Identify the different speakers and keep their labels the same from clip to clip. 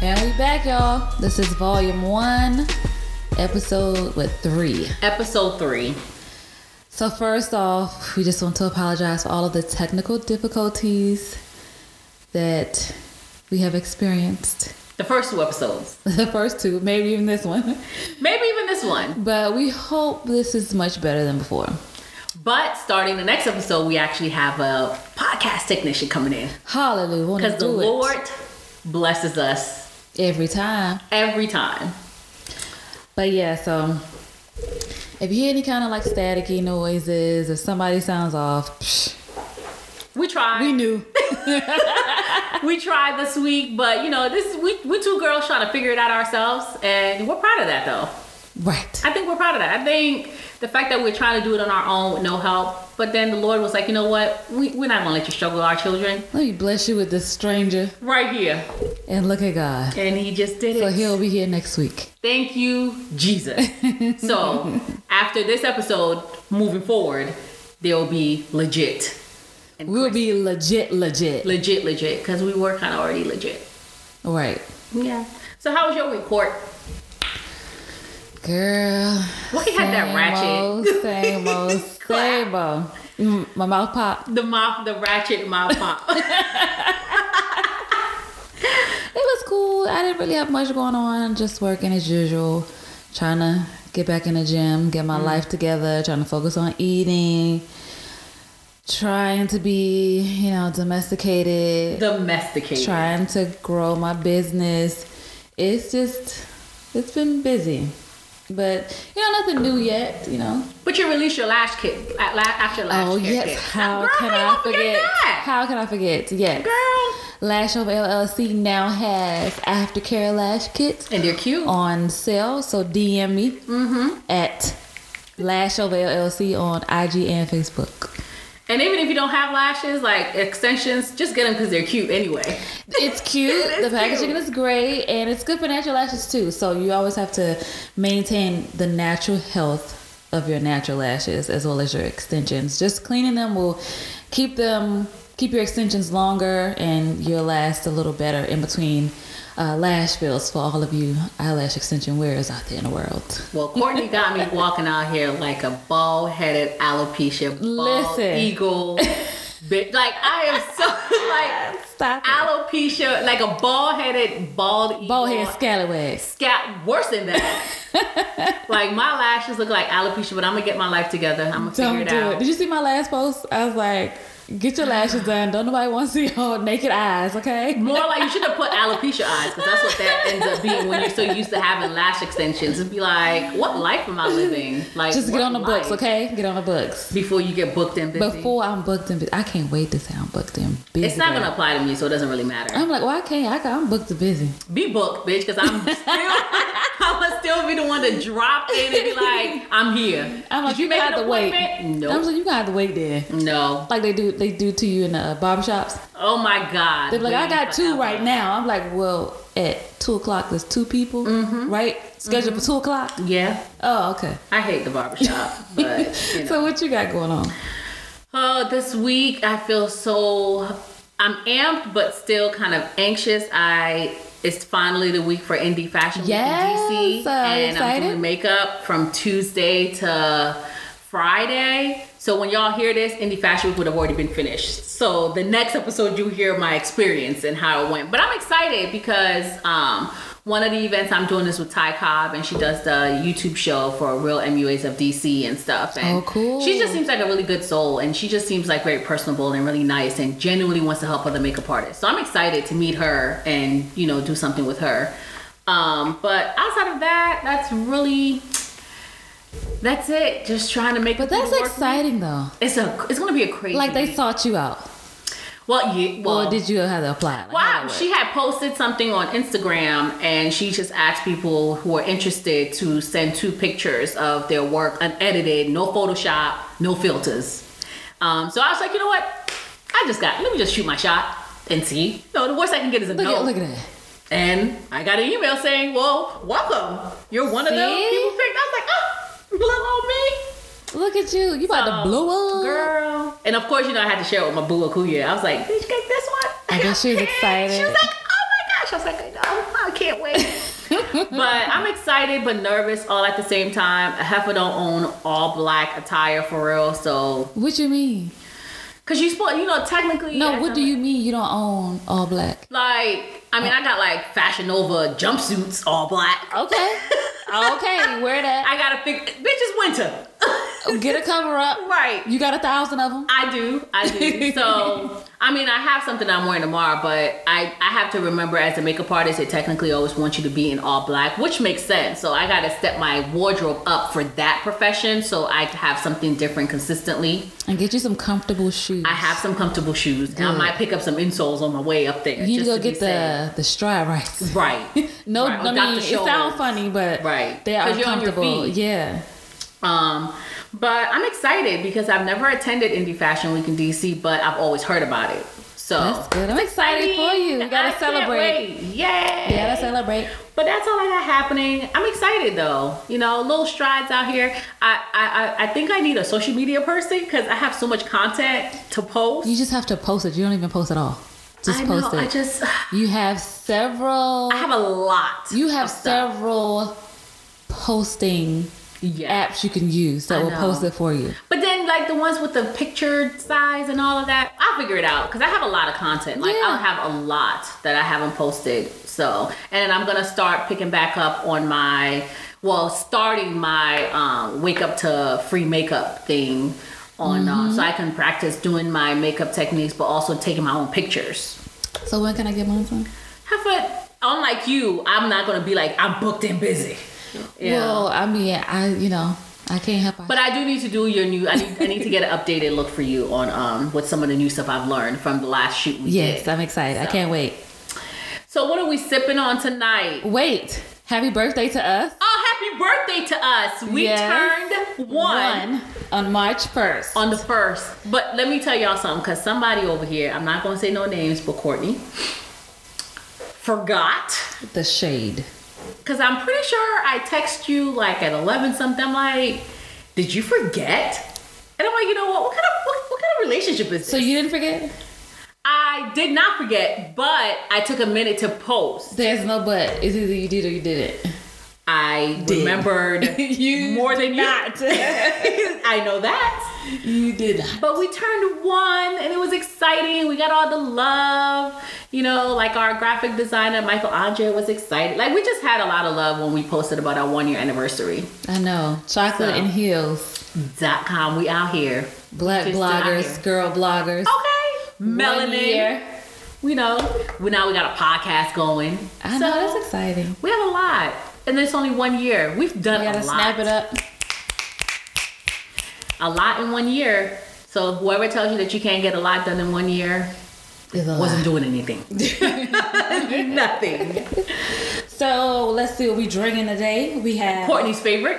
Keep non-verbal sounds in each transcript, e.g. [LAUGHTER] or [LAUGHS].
Speaker 1: back, y'all. This is volume one, episode with three.
Speaker 2: Episode three.
Speaker 1: So first off, we just want to apologize for all of the technical difficulties that we have experienced. [LAUGHS]
Speaker 2: The first two episodes.
Speaker 1: The first two, maybe even this one. [LAUGHS]
Speaker 2: Maybe even this one.
Speaker 1: But we hope this is much better than before.
Speaker 2: But starting the next episode, we actually have a podcast technician coming in.
Speaker 1: Hallelujah. Wanna
Speaker 2: Because the
Speaker 1: do it
Speaker 2: Lord blesses us
Speaker 1: every time.
Speaker 2: every time.
Speaker 1: But yeah, so if you hear any kind of like staticky noises, if somebody sounds off, psh,
Speaker 2: We tried.
Speaker 1: we knew.
Speaker 2: [LAUGHS] we tried this week, but you know, this is we we two girls trying to figure it out ourselves, and we're proud of that though.
Speaker 1: Right.
Speaker 2: I think we're proud of that. I think the fact that we're trying to do it on our own with no help, but then the Lord was like, you know what? We we're not gonna let you struggle our children
Speaker 1: Let me bless you with this stranger
Speaker 2: right here,
Speaker 1: and look at God.
Speaker 2: and He just did it.
Speaker 1: So he'll be here next week.
Speaker 2: Thank you, Jesus. [LAUGHS] so after this episode, moving forward, they'll be legit. And
Speaker 1: We'll be legit, legit.
Speaker 2: legit, legit, because we were kind of already legit.
Speaker 1: Right.
Speaker 2: Yeah. So how was your week, Court?
Speaker 1: Girl.
Speaker 2: Why you had that
Speaker 1: same
Speaker 2: ratchet? [LAUGHS]
Speaker 1: Old, same old, same old. Mm, My mouth popped.
Speaker 2: The mop, the ratchet mop
Speaker 1: [LAUGHS]
Speaker 2: pop.
Speaker 1: It was cool. I didn't really have much going on. Just working as usual. Trying to get back in the gym, get
Speaker 2: Mm.
Speaker 1: my life together, trying to focus on eating. Trying to be, you know, domesticated.
Speaker 2: Domesticated.
Speaker 1: trying to grow my business. It's just, it's been busy, but you know, nothing new yet. You know.
Speaker 2: But you released your lash kit at la- after lash
Speaker 1: Oh
Speaker 2: care
Speaker 1: yes,
Speaker 2: kit.
Speaker 1: how
Speaker 2: Girl,
Speaker 1: can
Speaker 2: how you
Speaker 1: I
Speaker 2: gonna
Speaker 1: forget?
Speaker 2: that?
Speaker 1: How can I forget? Yes.
Speaker 2: Girl.
Speaker 1: Lash Over LLC now has aftercare lash kits
Speaker 2: And they're cute.
Speaker 1: on sale, so DM me
Speaker 2: Mm-hmm.
Speaker 1: at Lash Over LLC on IG and Facebook.
Speaker 2: And even if you don't have lashes, like extensions, just get them because they're cute anyway.
Speaker 1: It's cute.
Speaker 2: [LAUGHS] It
Speaker 1: the
Speaker 2: is
Speaker 1: packaging
Speaker 2: cute.
Speaker 1: is great, and it's good for natural lashes too. So you always have to maintain the natural health of your natural lashes as well as your extensions. Just cleaning them will keep them keep your extensions longer, and you'll last a little better in between uh, lash fills for all of you eyelash extension wearers out there in the world.
Speaker 2: Well, Courtney got me walking out here like a bald headed alopecia, bald
Speaker 1: Listen. [LAUGHS]
Speaker 2: eagle. Bitch. Like I am so like
Speaker 1: Stop.
Speaker 2: alopecia, like a bald headed bald eagle.
Speaker 1: Bald head scallywags.
Speaker 2: Scat worse than that.
Speaker 1: [LAUGHS]
Speaker 2: like my lashes look like alopecia, but I'm gonna get my life together. I'm gonna
Speaker 1: Don't
Speaker 2: figure it
Speaker 1: do
Speaker 2: out.
Speaker 1: it. Did you see my last post? I was like, get your lashes done. Don't nobody want to see your naked eyes, okay?
Speaker 2: More like you should have put alopecia eyes because that's what that ends up being when you're so used to having lash extensions. It'd be like, what life am I living? Like,
Speaker 1: Just get
Speaker 2: what
Speaker 1: on the books,
Speaker 2: life?
Speaker 1: okay? Get on the books.
Speaker 2: Before you get booked and busy.
Speaker 1: Before I'm booked and busy, I can't wait to say I'm booked and busy.
Speaker 2: it's not gonna
Speaker 1: girl.
Speaker 2: apply to me, so it doesn't really matter.
Speaker 1: I'm like, why can't I? Can, I'm booked and busy.
Speaker 2: Be booked, bitch, because
Speaker 1: [LAUGHS]
Speaker 2: I'm still, I'ma still be the one to drop in and be like, I'm here.
Speaker 1: I'm like,
Speaker 2: Did you make
Speaker 1: gotta
Speaker 2: an
Speaker 1: wait.
Speaker 2: appointment?
Speaker 1: I'm
Speaker 2: No,
Speaker 1: like, you gotta wait there.
Speaker 2: no.
Speaker 1: Like they do, they do to you in the uh, barber shops.
Speaker 2: Oh my god.
Speaker 1: They're like, I
Speaker 2: Waiting
Speaker 1: got two
Speaker 2: forever.
Speaker 1: right now. I'm like, well, at two o'clock, there's two people,
Speaker 2: Mm-hmm.
Speaker 1: right? Scheduled for two o'clock.
Speaker 2: Yeah,
Speaker 1: Oh, okay.
Speaker 2: I hate the barbershop, [LAUGHS] but you
Speaker 1: [LAUGHS]
Speaker 2: know.
Speaker 1: So what you got going on?
Speaker 2: Oh, this week I feel so I'm amped but still kind of anxious. I it's finally the week for Indie Fashion
Speaker 1: Yes,
Speaker 2: Week in DC.
Speaker 1: uh,
Speaker 2: and
Speaker 1: excited?
Speaker 2: I'm doing makeup from Tuesday to Friday. So when y'all hear this, Indie Fashion Week would have already been finished. So the next episode you hear my experience and how it went. But I'm excited because um one of the events I'm doing is with Ty Cobb and she does the YouTube show for real MUAs of DC and stuff. And
Speaker 1: Oh, cool.
Speaker 2: She's just seems like a really good soul and she just seems like very personable and really nice and genuinely wants to help other makeup artists so i'm excited to meet her and you know do something with her um but outside of that that's really that's it just trying to make
Speaker 1: But
Speaker 2: the
Speaker 1: that's
Speaker 2: work.
Speaker 1: exciting though.
Speaker 2: it's a it's gonna be a crazy
Speaker 1: Like they sought you out,
Speaker 2: well yeah well
Speaker 1: or did you have to apply? Like, how
Speaker 2: Wow,
Speaker 1: that work?
Speaker 2: she had posted something on Instagram and she just asked people who are interested to send two pictures of their work unedited, no Photoshop, no filters. Um, so I was like, you know what? I just got, let me just shoot my shot and see. No, the worst I can get is a
Speaker 1: Look
Speaker 2: no.
Speaker 1: at look at that.
Speaker 2: And I got an email saying, well, welcome. You're one of those
Speaker 1: See?
Speaker 2: people picked. I was like, oh, little old me.
Speaker 1: Look at you. You about
Speaker 2: Um,
Speaker 1: to blow up.
Speaker 2: Girl. And of course, you know, I had to share it with my boo Akuya. I was like, did you get this one?
Speaker 1: I bet she was
Speaker 2: [LAUGHS] She
Speaker 1: excited. [LAUGHS]
Speaker 2: was like, oh my gosh. I was like, I know. I can't wait. but I'm excited but nervous all at the same time. Heifer don't own all black attire for real, so
Speaker 1: What you mean?
Speaker 2: because you supposed, you know, technically.
Speaker 1: No,
Speaker 2: as
Speaker 1: what
Speaker 2: I'm-
Speaker 1: do you mean you don't own all black?
Speaker 2: Like, I mean, I got like Fashion Nova jumpsuits, all black. [LAUGHS]
Speaker 1: Okay. okay, wear that.
Speaker 2: I got to fig bitch. It's winter, [LAUGHS]
Speaker 1: Get a cover up.
Speaker 2: right?
Speaker 1: You got a thousand of them.
Speaker 2: I do,
Speaker 1: [LAUGHS]
Speaker 2: I do. So, I mean, I have something I'm wearing tomorrow, but I I have to remember as a makeup artist, they technically always want you to be in all black, which makes sense. So I got to step my wardrobe up for that profession, so I have something different consistently.
Speaker 1: And get you some comfortable shoes.
Speaker 2: I have some comfortable shoes, and I
Speaker 1: Good.
Speaker 2: might pick up some insoles on my way up there.
Speaker 1: You need to
Speaker 2: just
Speaker 1: go
Speaker 2: be
Speaker 1: get
Speaker 2: safe.
Speaker 1: the the stride rights. [LAUGHS]
Speaker 2: right.
Speaker 1: No,
Speaker 2: Right, or
Speaker 1: I mean
Speaker 2: Dr.
Speaker 1: it
Speaker 2: Scholl's.
Speaker 1: sounds funny, but
Speaker 2: Right.
Speaker 1: they are
Speaker 2: 'Cause you're on your
Speaker 1: comfortable.
Speaker 2: feet.
Speaker 1: Yeah.
Speaker 2: Um, but I'm excited because I've never attended Indie Fashion Week in DC, but I've always heard about it. So
Speaker 1: That's good. I'm excited for you. We gotta
Speaker 2: I can't
Speaker 1: celebrate.
Speaker 2: wait. Yay!
Speaker 1: We gotta celebrate.
Speaker 2: But that's all I got happening. I'm excited though. You know, little strides out here. I I, I- I think I need a social media person because I have so much content to post.
Speaker 1: You just have to post it. You don't even post at all. Just
Speaker 2: I
Speaker 1: post
Speaker 2: know.
Speaker 1: it.
Speaker 2: I just
Speaker 1: you have several.
Speaker 2: I have a lot.
Speaker 1: you have
Speaker 2: of stuff.
Speaker 1: several posting
Speaker 2: Yeah.
Speaker 1: apps you can use that
Speaker 2: I
Speaker 1: will
Speaker 2: know.
Speaker 1: post it for you.
Speaker 2: But then, like the ones with the picture size and all of that, I'll figure it out because I have a lot of content. Like
Speaker 1: Yeah.
Speaker 2: I'll have a lot that I haven't posted. So, and then I'm gonna start picking back up on my, well, starting my um, wake up to free makeup thing on,
Speaker 1: Mm-hmm.
Speaker 2: uh, so I can practice doing my makeup techniques, but also taking my own pictures.
Speaker 1: So when can I get mine from?
Speaker 2: Have fun. Unlike you, I'm not gonna be like I'm booked and busy. Yeah.
Speaker 1: Well, I mean, I you know I can't help.
Speaker 2: But I do need to do your new. I need, I need to get an updated look for you on um what some of the new stuff I've learned from the last shoot we
Speaker 1: yes,
Speaker 2: did.
Speaker 1: I'm excited. I
Speaker 2: So.
Speaker 1: can't wait.
Speaker 2: So what are we sipping on tonight?
Speaker 1: Wait, happy birthday to us.
Speaker 2: Oh, happy birthday to us! We
Speaker 1: Yes.
Speaker 2: turned one,
Speaker 1: on March first.
Speaker 2: on the first. But let me tell y'all something, cause somebody over here, I'm not gonna say no names, but Courtney forgot.
Speaker 1: The shade.
Speaker 2: Cause I'm pretty sure I text you like at 11 something. I'm like, did you forget? And I'm like, you know what? What kind of what, what kind of relationship is this?
Speaker 1: So you didn't forget?
Speaker 2: I did not forget, but I took a minute to post.
Speaker 1: There's no but. It's either you did or you didn't.
Speaker 2: I
Speaker 1: Did.
Speaker 2: remembered
Speaker 1: [LAUGHS] You
Speaker 2: more
Speaker 1: did
Speaker 2: than
Speaker 1: not. [LAUGHS]
Speaker 2: you. [LAUGHS] I know that.
Speaker 1: You did not.
Speaker 2: But we turned one and it was exciting. We got all the love. You know, like our graphic designer, Michael Andre, was excited. Like, we just had a lot of love when we posted about our one year anniversary.
Speaker 1: I know. Chocolate
Speaker 2: So.
Speaker 1: and heels.
Speaker 2: Dot com, we out here.
Speaker 1: Black
Speaker 2: Just Oh, out here.
Speaker 1: bloggers, girl bloggers.
Speaker 2: Okay.
Speaker 1: One
Speaker 2: Melanin.
Speaker 1: year.
Speaker 2: We know. We now we got a podcast going.
Speaker 1: I know that's exciting.
Speaker 2: We have a lot. And it's only one year. We've done
Speaker 1: You
Speaker 2: a
Speaker 1: gotta
Speaker 2: lot.
Speaker 1: snap it up.
Speaker 2: A lot in one year. So whoever tells you that you can't get a lot done in one year
Speaker 1: It's a [SIGHS]
Speaker 2: wasn't
Speaker 1: lot. [LAUGHS]
Speaker 2: doing anything. Nothing.
Speaker 1: So let's see what we drinking today. We have
Speaker 2: Courtney's favorite.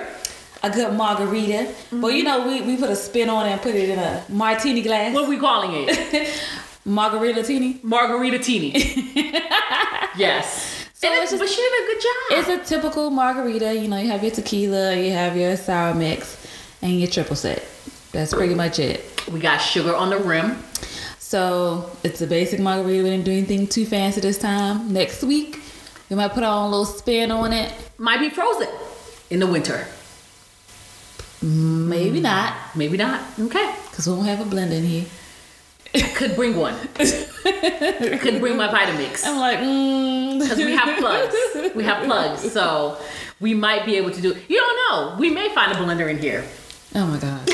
Speaker 1: a good margarita. But you know, we, we put a spin on it and put it in a martini glass.
Speaker 2: What are we calling it?
Speaker 1: [LAUGHS] Margarita tini.
Speaker 2: Margarita
Speaker 1: [LAUGHS]
Speaker 2: Teeny. yes.
Speaker 1: So
Speaker 2: And it-
Speaker 1: it's just-
Speaker 2: but she did a good job.
Speaker 1: It's a typical margarita. You know, you have your tequila, you have your sour mix, and your triple set. That's pretty much it.
Speaker 2: we got sugar on the rim.
Speaker 1: So it's a basic margarita. We didn't do anything too fancy this time. Next week, we might put our own little spin on it.
Speaker 2: Might be frozen in the winter.
Speaker 1: Maybe not,
Speaker 2: Maybe not. Okay.
Speaker 1: because we won't have a blend in here.
Speaker 2: I could
Speaker 1: [LAUGHS]
Speaker 2: bring one. I could bring my Vitamix.
Speaker 1: I'm like, mm.
Speaker 2: [LAUGHS] because we have plugs. We have plugs, so we might be able to do. You don't know. We may find a blender in here,
Speaker 1: [LAUGHS] Oh my God.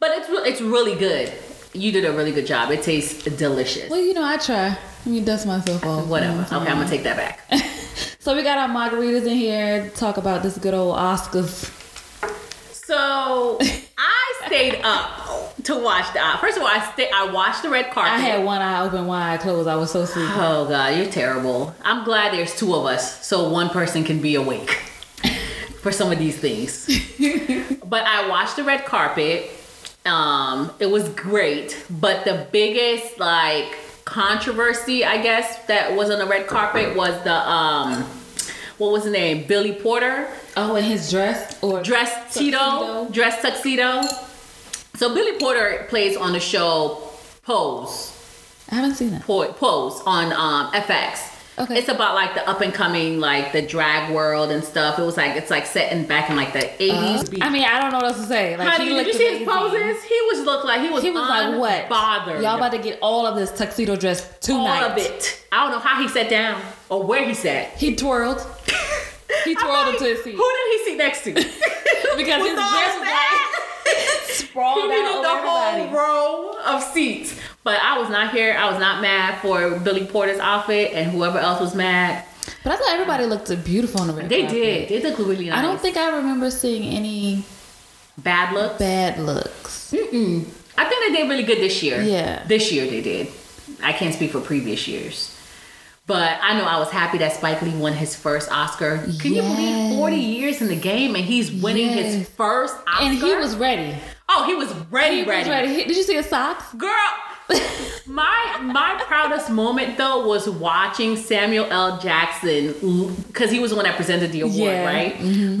Speaker 2: but it's re- it's really good. You did a really good job. It tastes delicious.
Speaker 1: Well, you know, I try. Let me dust myself off.
Speaker 2: Whatever. Okay, I'm gonna take that back.
Speaker 1: [LAUGHS] So we got our margaritas in here. to Talk about this good old Oscars.
Speaker 2: So I stayed up to watch the. First of all, I stay. I watched the red carpet.
Speaker 1: I had one eye open, one eye closed. I was so
Speaker 2: [LAUGHS]
Speaker 1: sleepy.
Speaker 2: Oh god, you're terrible. I'm glad there's two of us, so one person can be awake [LAUGHS] for some of these things. but I watched the red carpet. Um, it was great, but the biggest like controversy, I guess, that was on the red carpet was the um, what was the name? Billy Porter
Speaker 1: Oh, and his dress or
Speaker 2: dress tuxedo,
Speaker 1: Tuxedo.
Speaker 2: dress tuxedo. So Billy Porter plays on the show Pose.
Speaker 1: I haven't seen that.
Speaker 2: Po- Pose on um, FX.
Speaker 1: Okay.
Speaker 2: It's about like the up and coming, like the drag world and stuff. It was like it's like set in back in like the
Speaker 1: Uh,
Speaker 2: eighties.
Speaker 1: I mean, I don't know what else to say. Like,
Speaker 2: Honey,
Speaker 1: he
Speaker 2: did
Speaker 1: looked
Speaker 2: you see his
Speaker 1: amazing.
Speaker 2: poses? He was looked like he was
Speaker 1: He was like, "What?
Speaker 2: Bothered.
Speaker 1: Y'all about to get all of this tuxedo dress
Speaker 2: all
Speaker 1: tonight?
Speaker 2: of it. I don't know how he sat down or where he sat.
Speaker 1: He
Speaker 2: [LAUGHS]
Speaker 1: twirled He
Speaker 2: I'm
Speaker 1: twirled
Speaker 2: like,
Speaker 1: into his seat.
Speaker 2: Who did he sit next
Speaker 1: [LAUGHS]
Speaker 2: to?
Speaker 1: because his
Speaker 2: With all
Speaker 1: dress was like
Speaker 2: that? He
Speaker 1: [LAUGHS] sprawled
Speaker 2: needed
Speaker 1: out
Speaker 2: the
Speaker 1: over everybody.
Speaker 2: whole row of seats. But I was not here. I was not mad for Billy Porter's outfit and whoever else was mad.
Speaker 1: But I thought everybody looked beautiful on the red
Speaker 2: They
Speaker 1: carpet.
Speaker 2: did. They look really nice.
Speaker 1: I don't think I remember seeing any
Speaker 2: bad looks.
Speaker 1: bad looks.
Speaker 2: Mm-mm. I think they did really good this year.
Speaker 1: Yeah.
Speaker 2: This year they did. I can't speak for previous years. But I know I was happy that Spike Lee won his first Oscar. Can you
Speaker 1: Yes.
Speaker 2: believe 40 years in the game and he's winning
Speaker 1: Yes.
Speaker 2: his first Oscar?
Speaker 1: And he was ready.
Speaker 2: Oh, he was ready,
Speaker 1: He was
Speaker 2: ready.
Speaker 1: ready. He- Did you see his socks?
Speaker 2: Girl, my my proudest moment though was watching Samuel L. Jackson because he was the one that presented the award,
Speaker 1: Yeah. Mm-hmm.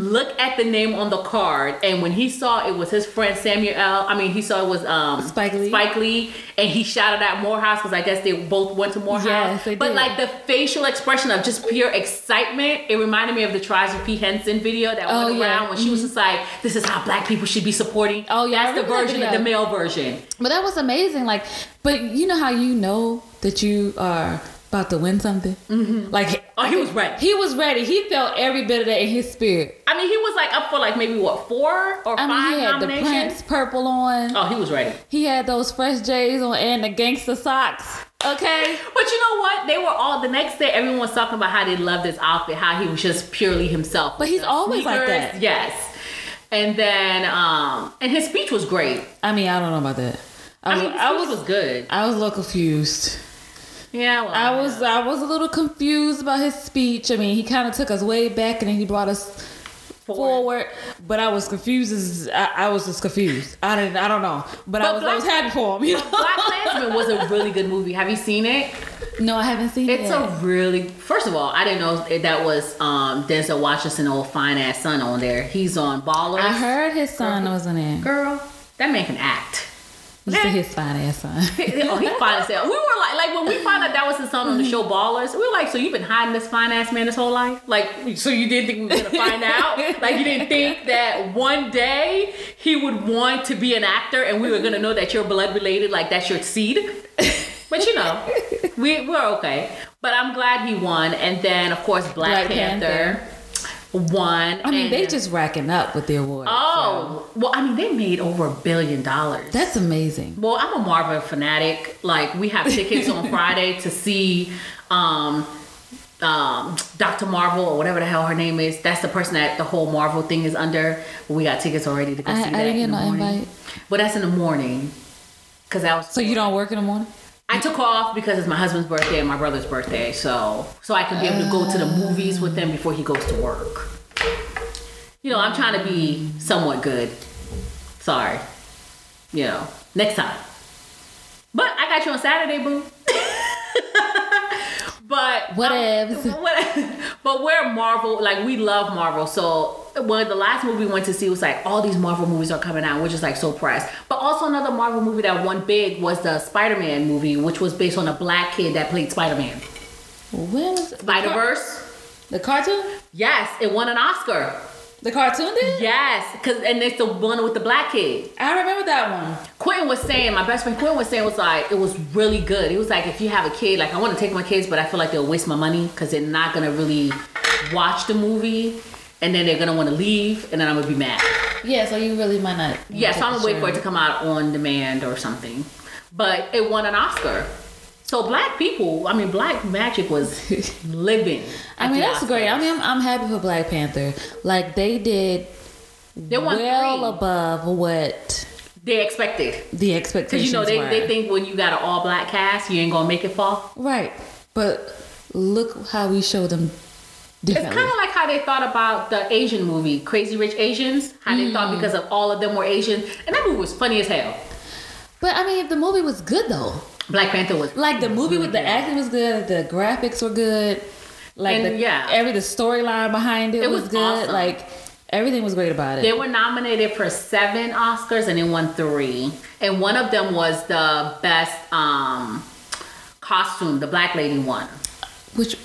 Speaker 2: right? Look at the name on the card, and when he saw it was his friend Samuel L. I mean, he saw it was um,
Speaker 1: Spike Lee.
Speaker 2: Spike Lee, and he shouted out Morehouse because I guess they both went to Morehouse.
Speaker 1: Yes, they
Speaker 2: but
Speaker 1: did.
Speaker 2: like the facial expression of just pure excitement, it reminded me of the Tries of P. Henson video that
Speaker 1: Oh,
Speaker 2: went
Speaker 1: yeah.
Speaker 2: around when she was just like, "This is how Black people should be supporting."
Speaker 1: Oh, yeah, I
Speaker 2: that's the
Speaker 1: remember that
Speaker 2: version,
Speaker 1: video.
Speaker 2: the male version.
Speaker 1: But that was amazing. Like, but you know how you know that you are about to win something? Mm-hmm. Like,
Speaker 2: Oh, he was ready.
Speaker 1: he was ready. He felt every bit of that in his spirit.
Speaker 2: I mean, he was like up for like maybe what four or
Speaker 1: I mean,
Speaker 2: five
Speaker 1: he had the
Speaker 2: nominations.
Speaker 1: Prince purple on.
Speaker 2: oh, he was ready.
Speaker 1: He had those fresh J's on and the gangster socks. Okay.
Speaker 2: But you know what? They were all the next day. Everyone was talking about how they loved his outfit, how he was just purely himself.
Speaker 1: But
Speaker 2: with
Speaker 1: he's
Speaker 2: the
Speaker 1: always like that.
Speaker 2: Yes. And then, um, and his speech was great.
Speaker 1: I mean, I don't know about that. I,
Speaker 2: I
Speaker 1: was,
Speaker 2: mean, his
Speaker 1: I
Speaker 2: speech
Speaker 1: was,
Speaker 2: was good.
Speaker 1: I was a little confused.
Speaker 2: Yeah, well,
Speaker 1: I was I was a little confused about his speech. I mean, he kind of took us way back and then he brought us forward, but I was confused. As, I, I was just confused. I didn't. I don't know. But, I
Speaker 2: But
Speaker 1: was I
Speaker 2: Black-
Speaker 1: was happy for him. You [LAUGHS] know?
Speaker 2: Black Klansman was a really good movie. Have you seen it?
Speaker 1: No, I haven't seen
Speaker 2: It's
Speaker 1: it.
Speaker 2: a really. First of all, I didn't know if that was um, Denzel Washington, old fine ass son, on there. He's on Ballers.
Speaker 1: I heard his son was in it.
Speaker 2: Girl, that man can act.
Speaker 1: You said his fine ass son.
Speaker 2: oh, [LAUGHS] he finally said. We were like, like when we found out that was his son on the show Ballers, we were like, so you've been hiding this fine ass man this whole life? Like, so you didn't think we were gonna find out? Like, you didn't think that one day he would want to be an actor and we were gonna know that you're blood related, like that's your seed? But you know, we we're okay. But I'm glad he won, and then of course
Speaker 1: Black
Speaker 2: Black, Panther, won.
Speaker 1: [LAUGHS] I mean,
Speaker 2: and-
Speaker 1: they just racking up with the award.
Speaker 2: oh well, I mean they made over a billion dollars.
Speaker 1: that's amazing.
Speaker 2: Well, I'm a Marvel fanatic. Like we have
Speaker 1: [LAUGHS]
Speaker 2: tickets on Friday to see um um Dr. Marvel or whatever the hell her name is. That's the person that the whole Marvel thing is under. We got tickets already to go
Speaker 1: I-
Speaker 2: see
Speaker 1: I
Speaker 2: that
Speaker 1: didn't get
Speaker 2: in the
Speaker 1: no
Speaker 2: morning.
Speaker 1: invite.
Speaker 2: But that's in the morning. Cause I was
Speaker 1: So you don't work in the morning?
Speaker 2: I took off because it's my husband's birthday and my brother's birthday, so so I can be able to go to the movies with them before he goes to work. You know, I'm trying to be somewhat good. Sorry. You know, next time. But I got you on Saturday, boo. [LAUGHS] but
Speaker 1: Whatevs.
Speaker 2: [LAUGHS] what, but we're Marvel, like we love Marvel. So when the last movie we went to see was like all these Marvel movies are coming out, we're just like so pressed. But also another Marvel movie that won big was the Spider-Man movie, which was based on a black kid that played Spider-Man.
Speaker 1: When was the car-
Speaker 2: Spider-Verse.
Speaker 1: The cartoon?
Speaker 2: Yes, it won an Oscar.
Speaker 1: The cartoon did?
Speaker 2: Yes, cause and it's the one with the black kid.
Speaker 1: I remember that one.
Speaker 2: Quentin was saying, my best friend Quentin was saying, was like, it was really good. He was like, if you have a kid, like, I want to take my kids, but I feel like they'll waste my money because they're not going to really watch the movie and then they're going to want to leave and then I'm going to be mad.
Speaker 1: Yeah, so you really might not.
Speaker 2: Yeah, so I'm going to wait for it
Speaker 1: Sure.
Speaker 2: to come out on demand or something. But it won an Oscar. So black people, I mean, black
Speaker 1: [LAUGHS]
Speaker 2: magic was living.
Speaker 1: I
Speaker 2: at
Speaker 1: mean,
Speaker 2: the
Speaker 1: that's great.
Speaker 2: Oscars.
Speaker 1: I mean, I'm, I'm happy for Black Panther. Like they did
Speaker 2: they won
Speaker 1: well
Speaker 2: three.
Speaker 1: above what
Speaker 2: they expected.
Speaker 1: the
Speaker 2: Because,
Speaker 1: expectations
Speaker 2: you know, they,
Speaker 1: were.
Speaker 2: they think when you got an all black cast, you ain't going to make it fall.
Speaker 1: right, but look how we show them
Speaker 2: It's
Speaker 1: differently.
Speaker 2: kind of like how they thought about the Asian movie, Crazy Rich Asians. How they
Speaker 1: Mm.
Speaker 2: thought because of all of them were Asian, and that movie was funny as hell.
Speaker 1: but I mean, the movie was good though.
Speaker 2: Black Panther was
Speaker 1: Like the movie with the acting was good. The graphics were good. Like
Speaker 2: And,
Speaker 1: the,
Speaker 2: yeah.
Speaker 1: every the storyline behind it,
Speaker 2: It
Speaker 1: was,
Speaker 2: was
Speaker 1: good.
Speaker 2: awesome.
Speaker 1: Like everything was great about it.
Speaker 2: They were nominated for seven Oscars and they won three, and one of them was the best um, costume. The black lady won.
Speaker 1: Which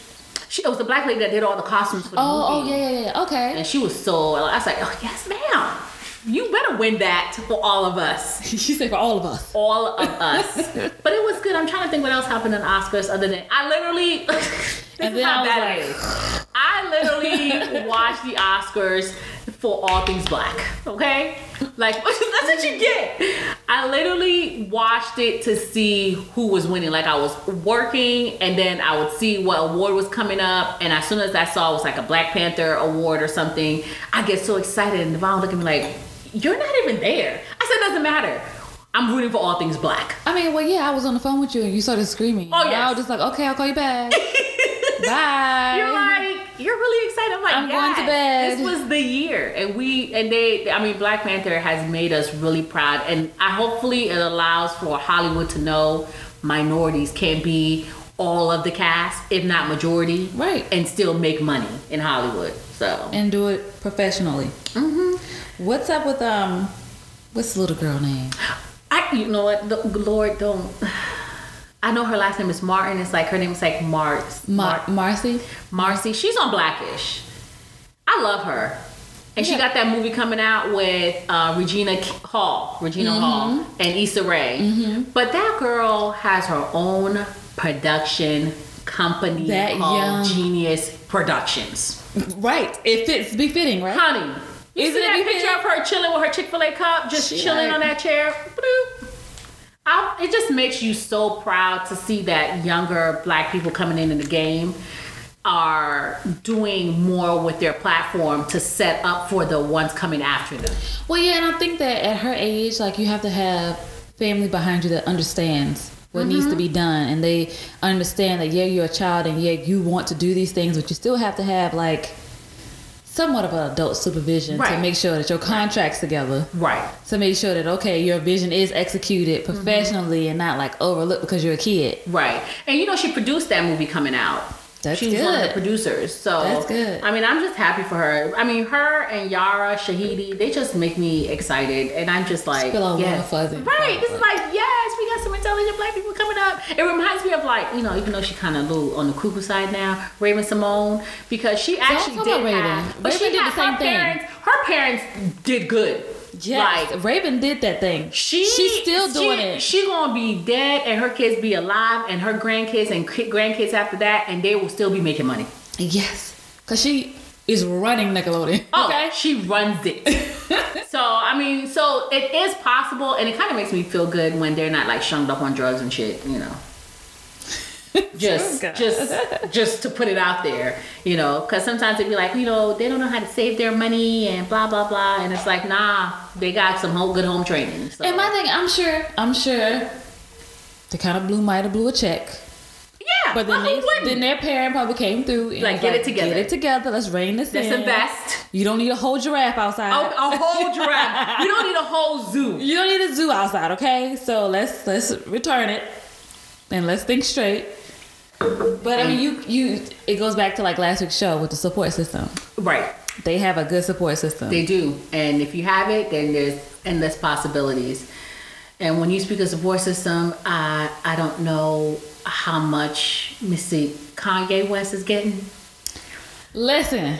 Speaker 2: She, it was the black lady that did all the costumes for the
Speaker 1: Oh, oh
Speaker 2: movie.
Speaker 1: yeah, yeah, yeah. Okay.
Speaker 2: And she was so. I was like, oh yes, ma'am. You better win that for all of
Speaker 1: [LAUGHS]
Speaker 2: us.
Speaker 1: she said for all of us.
Speaker 2: all of us. but it was good. I'm trying to think what else happened in Oscars other than I literally. [LAUGHS] this
Speaker 1: And
Speaker 2: is
Speaker 1: then
Speaker 2: how
Speaker 1: I was
Speaker 2: bad it
Speaker 1: like-
Speaker 2: is. [LAUGHS] I literally watched the Oscars for all things black. Okay, like [LAUGHS] that's what you get. I literally watched it to see who was winning. Like I was working, and then I would see what award was coming up. And as soon as I saw it was like a Black Panther award or something, I get so excited. And Devon looked at me like, "You're not even there." I said, "Doesn't matter." I'm rooting for all things black.
Speaker 1: I mean, well, yeah, I was on the phone with you and you started screaming.
Speaker 2: Oh,
Speaker 1: And I
Speaker 2: yes.
Speaker 1: was just like, okay, I'll call you
Speaker 2: [LAUGHS]
Speaker 1: back. Bye.
Speaker 2: You're like, you're really excited. I'm like,
Speaker 1: I'm going to
Speaker 2: yes,
Speaker 1: bed.
Speaker 2: This was the year, and we and they. I mean, Black Panther has made us really proud, and I hopefully it allows for Hollywood to know minorities can be all of the cast, if not majority,
Speaker 1: Right.
Speaker 2: and still make money in Hollywood. So
Speaker 1: and do it professionally.
Speaker 2: Mm-hmm.
Speaker 1: What's up with um? What's the little girl name?
Speaker 2: I, you know what, the, Lord, don't. [SIGHS] I know her last name is Martin. It's like her name is like Mars.
Speaker 1: Mar- Marcy.
Speaker 2: Marcy, she's on Blackish. I love her. And she
Speaker 1: Yeah.
Speaker 2: got that movie coming out with uh, Regina K- Hall, Regina
Speaker 1: Mm-hmm.
Speaker 2: Hall, and Issa Rae. But that girl has her own production company
Speaker 1: That
Speaker 2: called
Speaker 1: young-
Speaker 2: Genius Productions.
Speaker 1: Right. It fits befitting, right?
Speaker 2: Honey, you
Speaker 1: Isn't
Speaker 2: see
Speaker 1: it
Speaker 2: that
Speaker 1: because-
Speaker 2: picture of her chilling with her Chick Fil A cup, just
Speaker 1: She
Speaker 2: chilling
Speaker 1: like-
Speaker 2: on that chair? Bloop. I, it just makes you so proud to see that younger black people coming into the game are doing more with their platform to set up for the ones coming after them.
Speaker 1: Well, yeah, and I think that at her age, like you have to have family behind you that understands what needs to
Speaker 2: Mm-hmm.
Speaker 1: be done, and they understand that yeah, you're a child, and yeah, you want to do these things, but you still have to have like somewhat of an adult supervision to
Speaker 2: Right.
Speaker 1: make sure that your contracts together.
Speaker 2: Right.
Speaker 1: to make sure that okay your vision is executed
Speaker 2: Mm-hmm.
Speaker 1: professionally and not like overlooked because you're a kid
Speaker 2: Right. And you know, she produced that movie coming out.
Speaker 1: That's
Speaker 2: She's one of
Speaker 1: good.
Speaker 2: the producers. So
Speaker 1: That's good.
Speaker 2: I mean, I'm just happy for her. I mean, her and Yara Shahidi, they just make me excited. And I'm just like,
Speaker 1: Spill all
Speaker 2: yes.
Speaker 1: warm fuzzy.
Speaker 2: Right. It's like, yes, we got some intelligent black people coming up. It reminds me of like, you know, even though she kind of a little on the cuckoo side now, Raven Simone, because she actually
Speaker 1: talk
Speaker 2: did
Speaker 1: about Raven.
Speaker 2: have, but
Speaker 1: Raven
Speaker 2: she
Speaker 1: did
Speaker 2: had
Speaker 1: the same
Speaker 2: her
Speaker 1: thing.
Speaker 2: Parents, her parents did good.
Speaker 1: yes
Speaker 2: Like,
Speaker 1: raven did that thing
Speaker 2: she
Speaker 1: she's still
Speaker 2: she-
Speaker 1: doing it
Speaker 2: She gonna be dead, and her kids be alive, and her grandkids and ki- grandkids after that, and they will still be making money.
Speaker 1: yes because she is running nickelodeon
Speaker 2: Oh,
Speaker 1: okay
Speaker 2: she runs
Speaker 1: [LAUGHS]
Speaker 2: it. so I mean, so it is possible, and it kind of makes me feel good when they're not like shunned up on drugs and shit. You
Speaker 1: [LAUGHS]
Speaker 2: know, just
Speaker 1: Okay.
Speaker 2: just just to put it out there, you know, because sometimes it'd be like, you know, they don't know how to save their money and blah blah blah, and it's like, nah, they got some whole good home training. So.
Speaker 1: and my thing i'm sure i'm sure the kind of blue might have blew a check
Speaker 2: yeah,
Speaker 1: but then,
Speaker 2: who
Speaker 1: they,
Speaker 2: wouldn't?
Speaker 1: then their parent probably came through and
Speaker 2: Like,
Speaker 1: was
Speaker 2: get it together.
Speaker 1: get it together let's rein this
Speaker 2: Let's
Speaker 1: in
Speaker 2: invest.
Speaker 1: you don't need a whole giraffe outside
Speaker 2: a, a whole giraffe. You don't need a whole zoo.
Speaker 1: [LAUGHS] You don't need a zoo outside, okay? So let's let's return it and let's think straight. But I mean, you you it goes back to like last week's show with the support system.
Speaker 2: Right.
Speaker 1: They have a good support system.
Speaker 2: They do. And if you have it, then there's endless possibilities. And when you speak of support system, I I don't know how much Missy Kanye West is getting.
Speaker 1: Listen,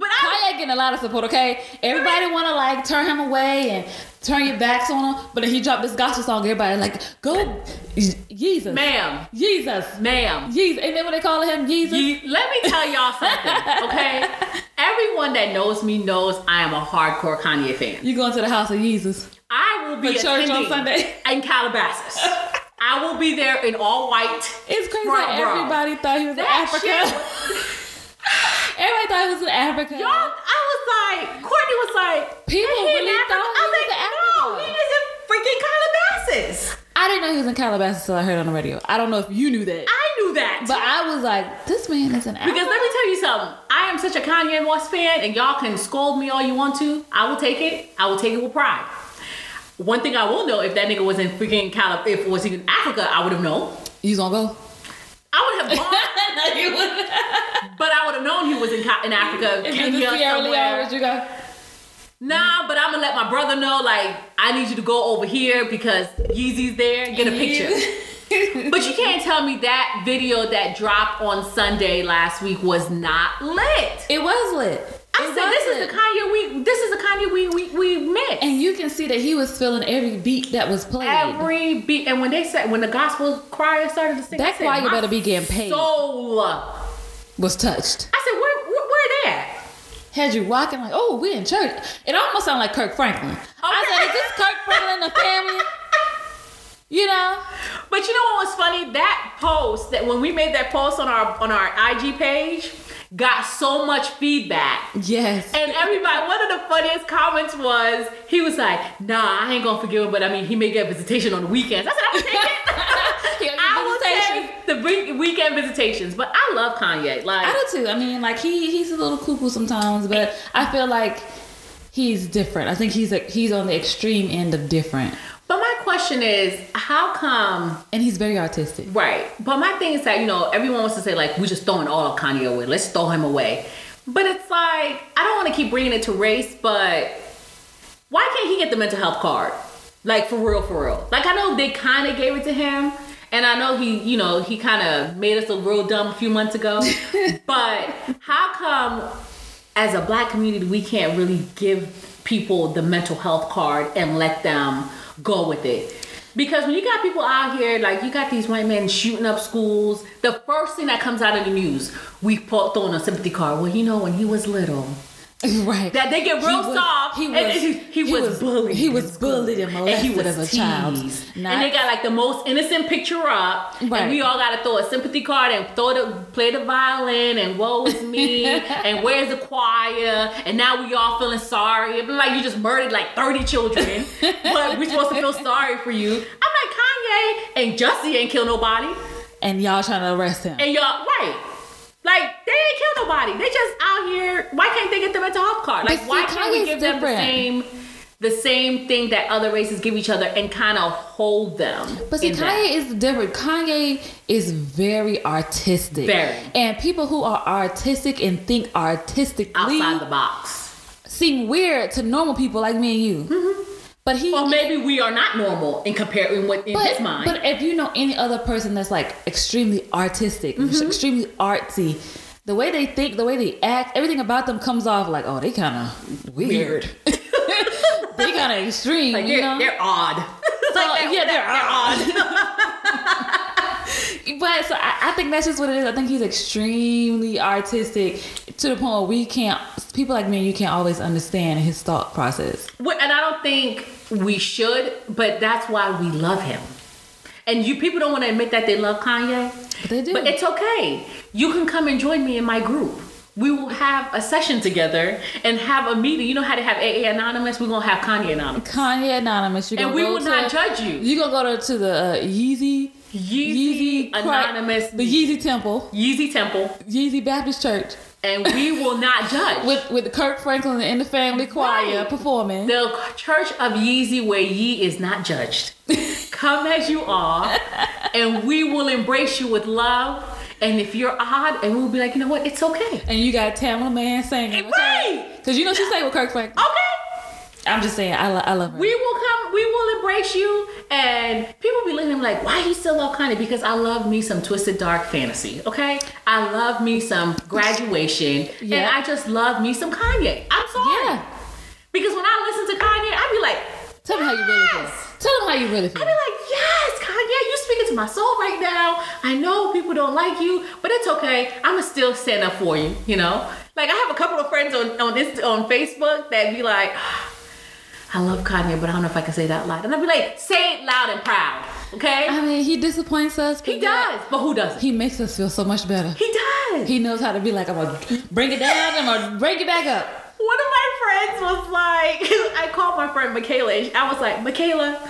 Speaker 2: But
Speaker 1: Kanye getting a lot of support, okay? Everybody want to like turn him away and turn your backs on him, but then he dropped this gospel song. Everybody like go, Jesus,
Speaker 2: ma'am,
Speaker 1: Jesus,
Speaker 2: ma'am.
Speaker 1: Jesus. And then when they call him Jesus,
Speaker 2: You, let me tell y'all something, okay? Everyone that knows me knows I am a hardcore Kanye fan.
Speaker 1: you going to the house of Jesus?
Speaker 2: I will be
Speaker 1: For church on
Speaker 2: attending
Speaker 1: Sunday.
Speaker 2: in Calabasas. I will be there in all white.
Speaker 1: It's crazy
Speaker 2: Bruh,
Speaker 1: that
Speaker 2: bruh.
Speaker 1: everybody thought he was in
Speaker 2: That
Speaker 1: Africa. [LAUGHS] Everybody thought he was in Africa.
Speaker 2: Y'all, I was like, Courtney was like,
Speaker 1: People
Speaker 2: "Is he in
Speaker 1: really
Speaker 2: Africa?"
Speaker 1: thought he
Speaker 2: I
Speaker 1: was in
Speaker 2: was like, no,
Speaker 1: Africa.
Speaker 2: he is in freaking Calabasas.
Speaker 1: I didn't know he was in Calabasas until I heard it on the radio. I don't know if you knew that.
Speaker 2: I knew that.
Speaker 1: But I was like, this man is an
Speaker 2: because let me tell you something. I am such a Kanye West fan, and y'all can scold me all you want to. I will take it. I will take it with pride. One thing I will know, if that nigga was in freaking Calab, if was he in Africa, I would have known.
Speaker 1: You gonna
Speaker 2: [LAUGHS]
Speaker 1: go?
Speaker 2: I
Speaker 1: [LAUGHS]
Speaker 2: would have gone,
Speaker 1: No, you wouldn't.
Speaker 2: but I would have known he was in, Ca- in Africa,
Speaker 1: If you
Speaker 2: Kenya,
Speaker 1: was in Sierra Leone,
Speaker 2: somewhere.
Speaker 1: would you go?
Speaker 2: Nah, but I'm gonna let my brother know. Like, I need you to go over here because Yeezy's there. Get a picture.
Speaker 1: Yeezy.
Speaker 2: [LAUGHS] but you can't tell me that video that dropped on Sunday last week was not lit.
Speaker 1: It was lit.
Speaker 2: I
Speaker 1: It
Speaker 2: said
Speaker 1: was
Speaker 2: this
Speaker 1: lit.
Speaker 2: is the Kanye we this is the Kanye we we, we missed.
Speaker 1: And you can see that he was feeling every beat that was played.
Speaker 2: Every beat, and when they said when the gospel choir started to sing,
Speaker 1: That
Speaker 2: I said,
Speaker 1: choir
Speaker 2: "My
Speaker 1: better be getting paid."
Speaker 2: Soul. I
Speaker 1: was touched.
Speaker 2: said, where where, where they at?
Speaker 1: Had you walking like, oh, we in church. It almost sounded like Kirk Franklin. I
Speaker 2: Okay.
Speaker 1: said, is this Kirk Franklin a
Speaker 2: [LAUGHS]
Speaker 1: family? You know?
Speaker 2: But you know what was funny? That post that when we made that post on our on our IG page got so much feedback.
Speaker 1: Yes.
Speaker 2: And everybody, one of the funniest comments was he was like, "Nah, I ain't gonna forgive him, but I mean, he may get visitation on the weekends." I said, "I'm
Speaker 1: He'll [LAUGHS]
Speaker 2: taking
Speaker 1: get
Speaker 2: it. [LAUGHS] I
Speaker 1: visitation.
Speaker 2: will take the week- weekend visitations." But I love Kanye. Like,
Speaker 1: I do too. I mean, like he he's a little cuckoo sometimes, but I feel like he's different. I think he's a, he's on the extreme end of different,
Speaker 2: but my question is, how come?
Speaker 1: and he's very artistic.
Speaker 2: Right. But my thing is that you know everyone wants to say like we just throwing all of Kanye away. Let's throw him away. But it's like I don't want to keep bringing it to race, but why can't he get the mental health card? Like for real, for real. Like I know they kind of gave it to him, and I know he, you know, he kind of made us a real dumb a few months ago. but how come, as a black community, we can't really give people the mental health card and let them go with it? Because when you got people out here, like you got these white men shooting up schools, the first thing that comes out of the news, we pull- throwing a sympathy card. Well, you know, when he was little,
Speaker 1: [LAUGHS] right.
Speaker 2: that they get real
Speaker 1: He was-
Speaker 2: soft.
Speaker 1: he
Speaker 2: and
Speaker 1: was-
Speaker 2: he, he
Speaker 1: he
Speaker 2: was
Speaker 1: was-
Speaker 2: bullied.
Speaker 1: he was
Speaker 2: in school.
Speaker 1: bullied and molested as a child.
Speaker 2: teased.
Speaker 1: Not-
Speaker 2: and they got like the most innocent picture up,
Speaker 1: Right.
Speaker 2: and we all got to throw a sympathy card and throw the play the violin and woe
Speaker 1: [LAUGHS]
Speaker 2: is me and where's the choir and now we all feeling sorry. It be like you just murdered like thirty children,
Speaker 1: [LAUGHS]
Speaker 2: but we're supposed to feel sorry for you. I'm like Kanye and Jussie ain't kill nobody
Speaker 1: and y'all trying to arrest him.
Speaker 2: and y'all right. Like they ain't kill nobody. They just out here. Why can't they get the mental health card? Like
Speaker 1: But see,
Speaker 2: why can't we
Speaker 1: Kanye's
Speaker 2: give them the
Speaker 1: different.
Speaker 2: same the same thing that other races give each other and kind of hold them?
Speaker 1: But see,
Speaker 2: in
Speaker 1: Kanye
Speaker 2: that?
Speaker 1: is different. Kanye is very artistic.
Speaker 2: Very.
Speaker 1: And people who are artistic and think artistically
Speaker 2: outside the box,
Speaker 1: seem weird to normal people like me and you. But he.
Speaker 2: or maybe we are not normal in comparing what in
Speaker 1: but,
Speaker 2: his mind.
Speaker 1: but if you know any other person that's like extremely artistic,
Speaker 2: Mm-hmm.
Speaker 1: extremely artsy, the way they think, the way they act, everything about them comes off like, oh, they kind of weird. [LAUGHS] they kind of extreme.
Speaker 2: like
Speaker 1: you
Speaker 2: they're,
Speaker 1: know?
Speaker 2: they're odd. It's
Speaker 1: So,
Speaker 2: like that-
Speaker 1: yeah,
Speaker 2: that-
Speaker 1: they're odd. [LAUGHS] But so I, I think that's just what it is. I think he's extremely artistic to the point where we can't, people like me and you can't always understand his thought process.
Speaker 2: Well, and I don't think we should, but that's why we love him. And you people don't want to admit that they love Kanye.
Speaker 1: But they do.
Speaker 2: But it's okay. You can come and join me in my group. We will have a session together and have a meeting. You know how to have AA Anonymous? We're going to have Kanye Anonymous.
Speaker 1: Kanye Anonymous, you're
Speaker 2: And
Speaker 1: gonna
Speaker 2: we
Speaker 1: go
Speaker 2: will
Speaker 1: to-
Speaker 2: not judge you.
Speaker 1: You're gonna go to, to the uh, Yeezy,
Speaker 2: Yeezy
Speaker 1: Cri-
Speaker 2: Anonymous
Speaker 1: the Yeezy Temple,
Speaker 2: Yeezy Temple.
Speaker 1: Yeezy Baptist Church
Speaker 2: And we will not judge.
Speaker 1: with with Kirk Franklin and the Family Choir
Speaker 2: Right.
Speaker 1: performing.
Speaker 2: The Church of Yeezy, where ye is not judged. Come as you
Speaker 1: [LAUGHS]
Speaker 2: are, and we will embrace you with love. And if you're odd, and we'll be like, you know what, it's okay.
Speaker 1: [LAUGHS] and you got Tamla Man singing,
Speaker 2: Right.
Speaker 1: Because you know she sang with Kirk Franklin.
Speaker 2: Okay,
Speaker 1: I'm just saying, I, lo- I love her.
Speaker 2: we will come. We will embrace you. And people be looking at me like, why you still love Kanye? Because I love me some twisted dark fantasy. Okay, I love me some graduation, and
Speaker 1: Yeah.
Speaker 2: I just love me some Kanye. I'm sorry.
Speaker 1: Yeah.
Speaker 2: Because when I listen to Kanye, I be like,
Speaker 1: Tell them how you really feel.
Speaker 2: Yes!
Speaker 1: Tell them how you really feel.
Speaker 2: I'd be like, yes, Kanye, you speaking to my soul right now. I know people don't like you, but it's okay. I'ma still stand up for you, you know? Like I have a couple of friends on on Insta, on Facebook that be like, I love Kanye, but I don't know if I can say that loud. And I'd be like, say it loud and proud, okay?
Speaker 1: I mean, he disappoints us.
Speaker 2: he
Speaker 1: but yet
Speaker 2: does, but who doesn't?
Speaker 1: He makes us feel so much better.
Speaker 2: He does.
Speaker 1: He knows how to be like, I'm gonna bring it down, I'm gonna bring it back up.
Speaker 2: One of my friends was like, [LAUGHS] I called my friend Michaela. And I was like, Michaela,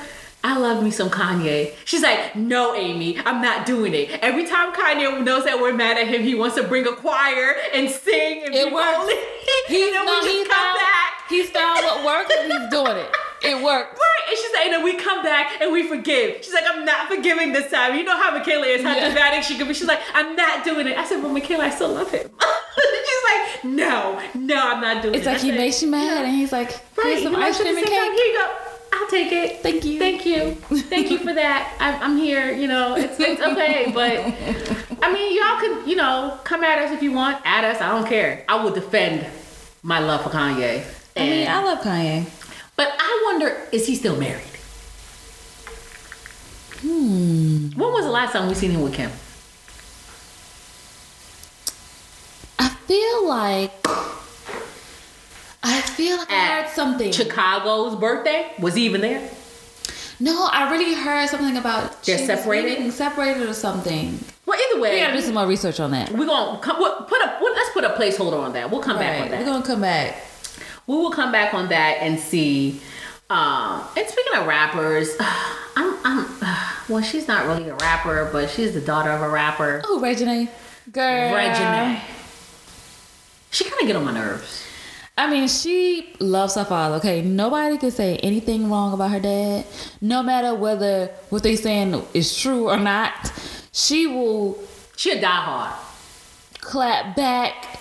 Speaker 2: I love me some Kanye. She's like, No, Amy, I'm not doing it. Every time Kanye knows that we're mad at him, he wants to bring a choir and sing and
Speaker 1: It
Speaker 2: be
Speaker 1: works.
Speaker 2: holy.
Speaker 1: He's
Speaker 2: [LAUGHS] and then
Speaker 1: not-
Speaker 2: we just
Speaker 1: he's
Speaker 2: come
Speaker 1: found-
Speaker 2: back.
Speaker 1: He's found what works and he's doing it.
Speaker 2: [LAUGHS]
Speaker 1: It works.
Speaker 2: Right, and she's like, and then we come back and we forgive. She's like, I'm not forgiving this time. You know how Michaela is, how
Speaker 1: Yeah.
Speaker 2: dramatic she could be. She's like, I'm not doing it. I said, well, Michaela, I still love him. [LAUGHS] she's like, no, no, I'm not doing
Speaker 1: It's
Speaker 2: it.
Speaker 1: like
Speaker 2: I
Speaker 1: he
Speaker 2: said,
Speaker 1: makes you mad and he's like,
Speaker 2: Right.
Speaker 1: here's some
Speaker 2: you know,
Speaker 1: ice
Speaker 2: should
Speaker 1: cream and
Speaker 2: sit down.
Speaker 1: cake.
Speaker 2: Here you go. I'll take it.
Speaker 1: Thank you.
Speaker 2: Thank you. Thank you for that. I'm, I'm here, you know, it's, it's okay. But I mean, y'all could, you know, come at us if you want. At us. I don't care. I will defend my love for Kanye.
Speaker 1: [LAUGHS] I mean,
Speaker 2: And-
Speaker 1: I love Kanye.
Speaker 2: but I wonder, is he still married? Hmm. When was the last time we seen him with Kim?
Speaker 1: I feel like I feel like I
Speaker 2: At
Speaker 1: heard something.
Speaker 2: Chicago's birthday? Was he even there?
Speaker 1: no, I really heard something about
Speaker 2: They're
Speaker 1: she was
Speaker 2: separated?
Speaker 1: getting separated or something.
Speaker 2: Well, either way,
Speaker 1: We gotta do some more research on that.
Speaker 2: we're gonna come, we'll put a well, let's put a placeholder on that. We'll come back on
Speaker 1: Right,
Speaker 2: that.
Speaker 1: we're gonna come back.
Speaker 2: we will come back on that and see. Um, and speaking of rappers, [SIGHS] I'm, I'm [SIGHS] well, she's not really a rapper, but she's the daughter of a rapper,
Speaker 1: Oh, Regine, girl,
Speaker 2: Regine. She kind of get on my nerves.
Speaker 1: I mean, she loves her father. Okay, nobody can say anything wrong about her dad, no matter whether what they saying is true or not. She will
Speaker 2: She a diehard.
Speaker 1: clap back,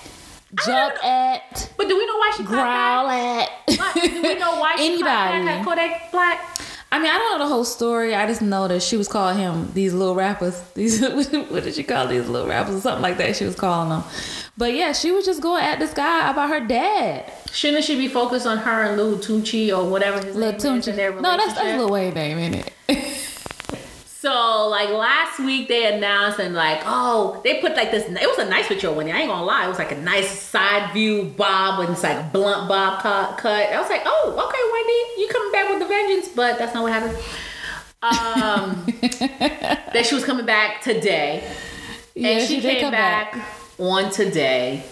Speaker 2: don't
Speaker 1: jump
Speaker 2: know.
Speaker 1: at,
Speaker 2: But do we know why she clapped
Speaker 1: growl
Speaker 2: [LAUGHS] back?
Speaker 1: at.
Speaker 2: Why- Do we know why she clapped
Speaker 1: Anybody.
Speaker 2: back at Kodak Black?
Speaker 1: I mean, I don't know the whole story. I just know that she was calling him these little rappers. [LAUGHS] These what did she call these little rappers or something like that? She was calling them. But yeah, she was just going at this guy about her dad,
Speaker 2: Shouldn't she be focused on her and Lil Tucci or whatever his
Speaker 1: Lil
Speaker 2: name is in their
Speaker 1: Tunchi. No, that's
Speaker 2: relationship?
Speaker 1: that's Lil Wayne name, ain't it? [LAUGHS]
Speaker 2: So like last week they announced and like oh they put like this it was a nice picture of Wendy I ain't gonna lie it was like a nice side view bob and it's like a blunt bob cut, cut. I was like oh okay Wendy you coming back with the vengeance but that's not what happened [LAUGHS] um that she was coming back today
Speaker 1: yeah,
Speaker 2: and she, came back, on today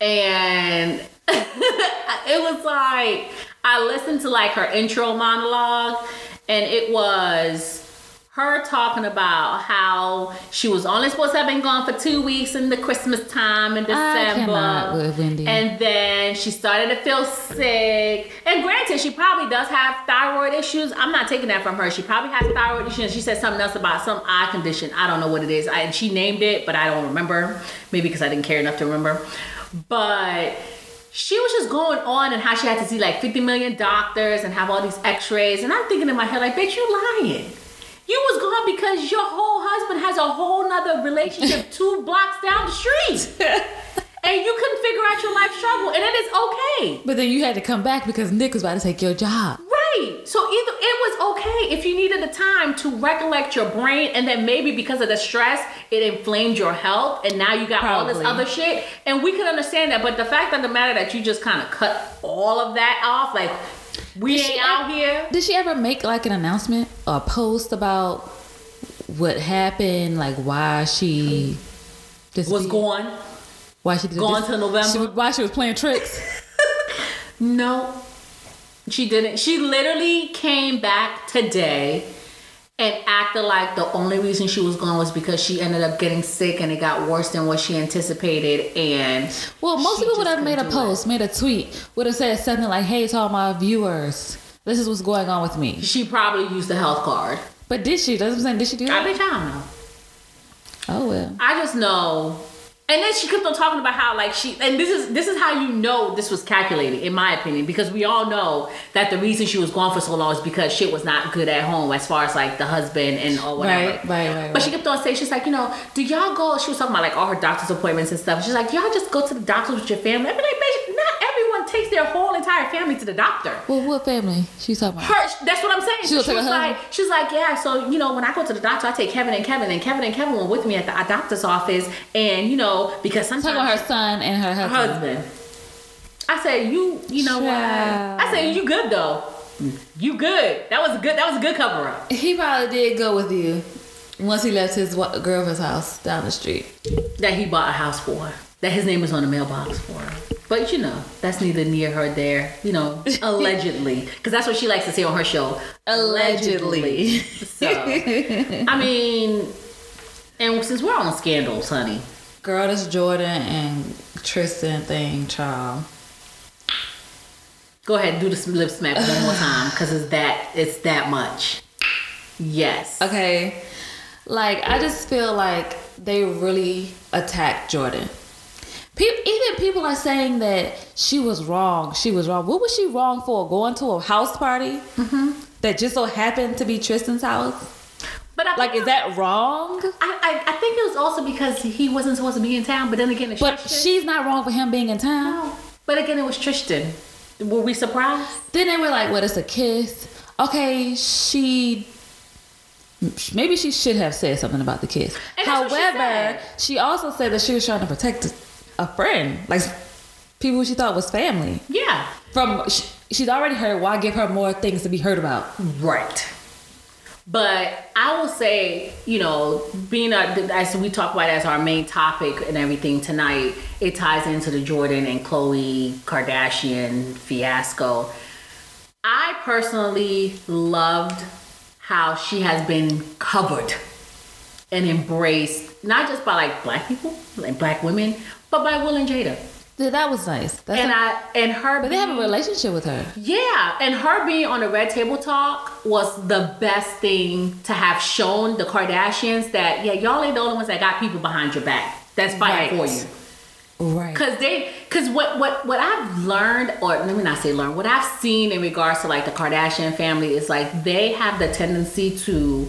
Speaker 2: and [LAUGHS] it was like i listened to like her intro monologue and it was her talking about how she was only supposed to have been gone for two weeks in the christmas time in
Speaker 1: I
Speaker 2: december
Speaker 1: cannot with Wendy.
Speaker 2: and then she started to feel sick. And granted, she probably does have thyroid issues. I'm not taking that from her. She probably has thyroid issues. She said something else about some eye condition. I don't know what it is. I, and she named it, but I don't remember. Maybe because I didn't care enough to remember. But she was just going on and how she had to see like 50 million doctors and have all these x-rays. And I'm thinking in my head, like, bitch, you lying. You was gone because your whole husband has a whole nother relationship two blocks down the street and you couldn't figure out your life struggle, and it is okay.
Speaker 1: [LAUGHS] but then you had to come back because Nick was about to take your job.
Speaker 2: Right. So either it was okay if you needed the time to recollect your brain, and then maybe because of the stress, it inflamed your health, and now you got all this
Speaker 1: Probably.
Speaker 2: other shit. And we can understand that, but the fact of the matter that you just kind of cut all of that off, like we
Speaker 1: Did she
Speaker 2: ain't
Speaker 1: ever-
Speaker 2: out here.
Speaker 1: Did she ever make like an announcement or a post about what happened, like why she just
Speaker 2: Was
Speaker 1: did-
Speaker 2: gone.
Speaker 1: why she did
Speaker 2: gone
Speaker 1: this-
Speaker 2: till November?
Speaker 1: she- why she was playing tricks?
Speaker 2: No, she didn't. She literally came back today and acted like the only reason she was gone was because she ended up getting sick and it got worse than what she anticipated. And
Speaker 1: Well, most
Speaker 2: She
Speaker 1: people would
Speaker 2: just
Speaker 1: have made a
Speaker 2: couldn't do
Speaker 1: post, made a tweet, would have said something like, "Hey, to all my viewers, this is what's going on with me."
Speaker 2: she probably used the health card.
Speaker 1: But did she? That's what I'm saying. Did she do
Speaker 2: I
Speaker 1: that?
Speaker 2: bet y'all know.
Speaker 1: Oh well.
Speaker 2: I just know. And then she kept on talking about how like she and this is this is how you know this was calculated, in my opinion, because we all know that the reason she was gone for so long is because shit was not good at home as far as like the husband and or whatever.
Speaker 1: Right, right, right,
Speaker 2: But she
Speaker 1: right.
Speaker 2: kept on saying she's like, you know, do y'all go? She was talking about like all her doctor's appointments and stuff. She's like, y'all just go to the doctors with your family. I mean, like, bitch, not everyone takes their whole entire family to the doctor
Speaker 1: Well, what family? She's talking about.
Speaker 2: her that's what I'm saying.
Speaker 1: She
Speaker 2: She,
Speaker 1: was
Speaker 2: was
Speaker 1: like, uh-huh.
Speaker 2: like she's like, yeah, so you know, when I go to the doctor, I take Kevin and Kevin and Kevin and Kevin were with me at the doctor's office and you know, because
Speaker 1: Talking about
Speaker 2: sometimes
Speaker 1: her son and her
Speaker 2: her
Speaker 1: husband.
Speaker 2: husband. I said, you you know what?
Speaker 1: Child.
Speaker 2: I said, you good though. You good. That was a good that was a good cover up.
Speaker 1: He probably did go with you once he left his wa- girlfriend's house down the
Speaker 2: [LAUGHS]
Speaker 1: street.
Speaker 2: that he bought a house for. That his name is on the mailbox for. But you know, that's neither near her there. You
Speaker 1: [LAUGHS]
Speaker 2: know, allegedly, because that's what she likes to say on her show.
Speaker 1: Allegedly.
Speaker 2: so, I mean, and since we're on scandals, honey,
Speaker 1: Girl, this Jordan and Tristan thing, child.
Speaker 2: go ahead and do the lip smack one more time, because it's that it's that much. Yes.
Speaker 1: Uh, Okay. Like, I just feel like they really attacked Jordan. Pe- even people are saying that she was wrong. She was wrong. What was she wrong for? Going to a house party that just so happened to be Tristan's house.
Speaker 2: But I,
Speaker 1: Like, is that wrong?
Speaker 2: I, I I think it was also because he wasn't supposed to be in town. But then again, it's
Speaker 1: But
Speaker 2: Tristan.
Speaker 1: she's not wrong for him being in town.
Speaker 2: No. But again, it was Tristan. Were we surprised?
Speaker 1: Then they were like, "What? It's a kiss." Okay, she maybe she should have said something about the kiss.
Speaker 2: And that's what she
Speaker 1: However,
Speaker 2: said.
Speaker 1: she, also said that she was trying to protect a friend, like people she thought was family.
Speaker 2: Yeah.
Speaker 1: From she, she's already heard. Why give her more things to be heard about?
Speaker 2: Right. But I will say, you know, being a, as we talk about as our main topic and everything tonight, it ties into the Jordan and Khloe Kardashian fiasco. I personally loved how she has been covered and embraced, not just by like black people and black women, but by Will and Jada.
Speaker 1: Th- That was nice. That's
Speaker 2: and
Speaker 1: a-
Speaker 2: I and her
Speaker 1: but they have
Speaker 2: being-
Speaker 1: a relationship with her.
Speaker 2: yeah, and her being on the Red Table Talk was the best thing to have shown the Kardashians that yeah, y'all ain't the only ones that got people behind your back that's fighting
Speaker 1: Right.
Speaker 2: for you.
Speaker 1: Right.
Speaker 2: Cause they, cause what what what I've learned, or let me not say learned, what I've seen in regards to like the Kardashian family is like they have the tendency to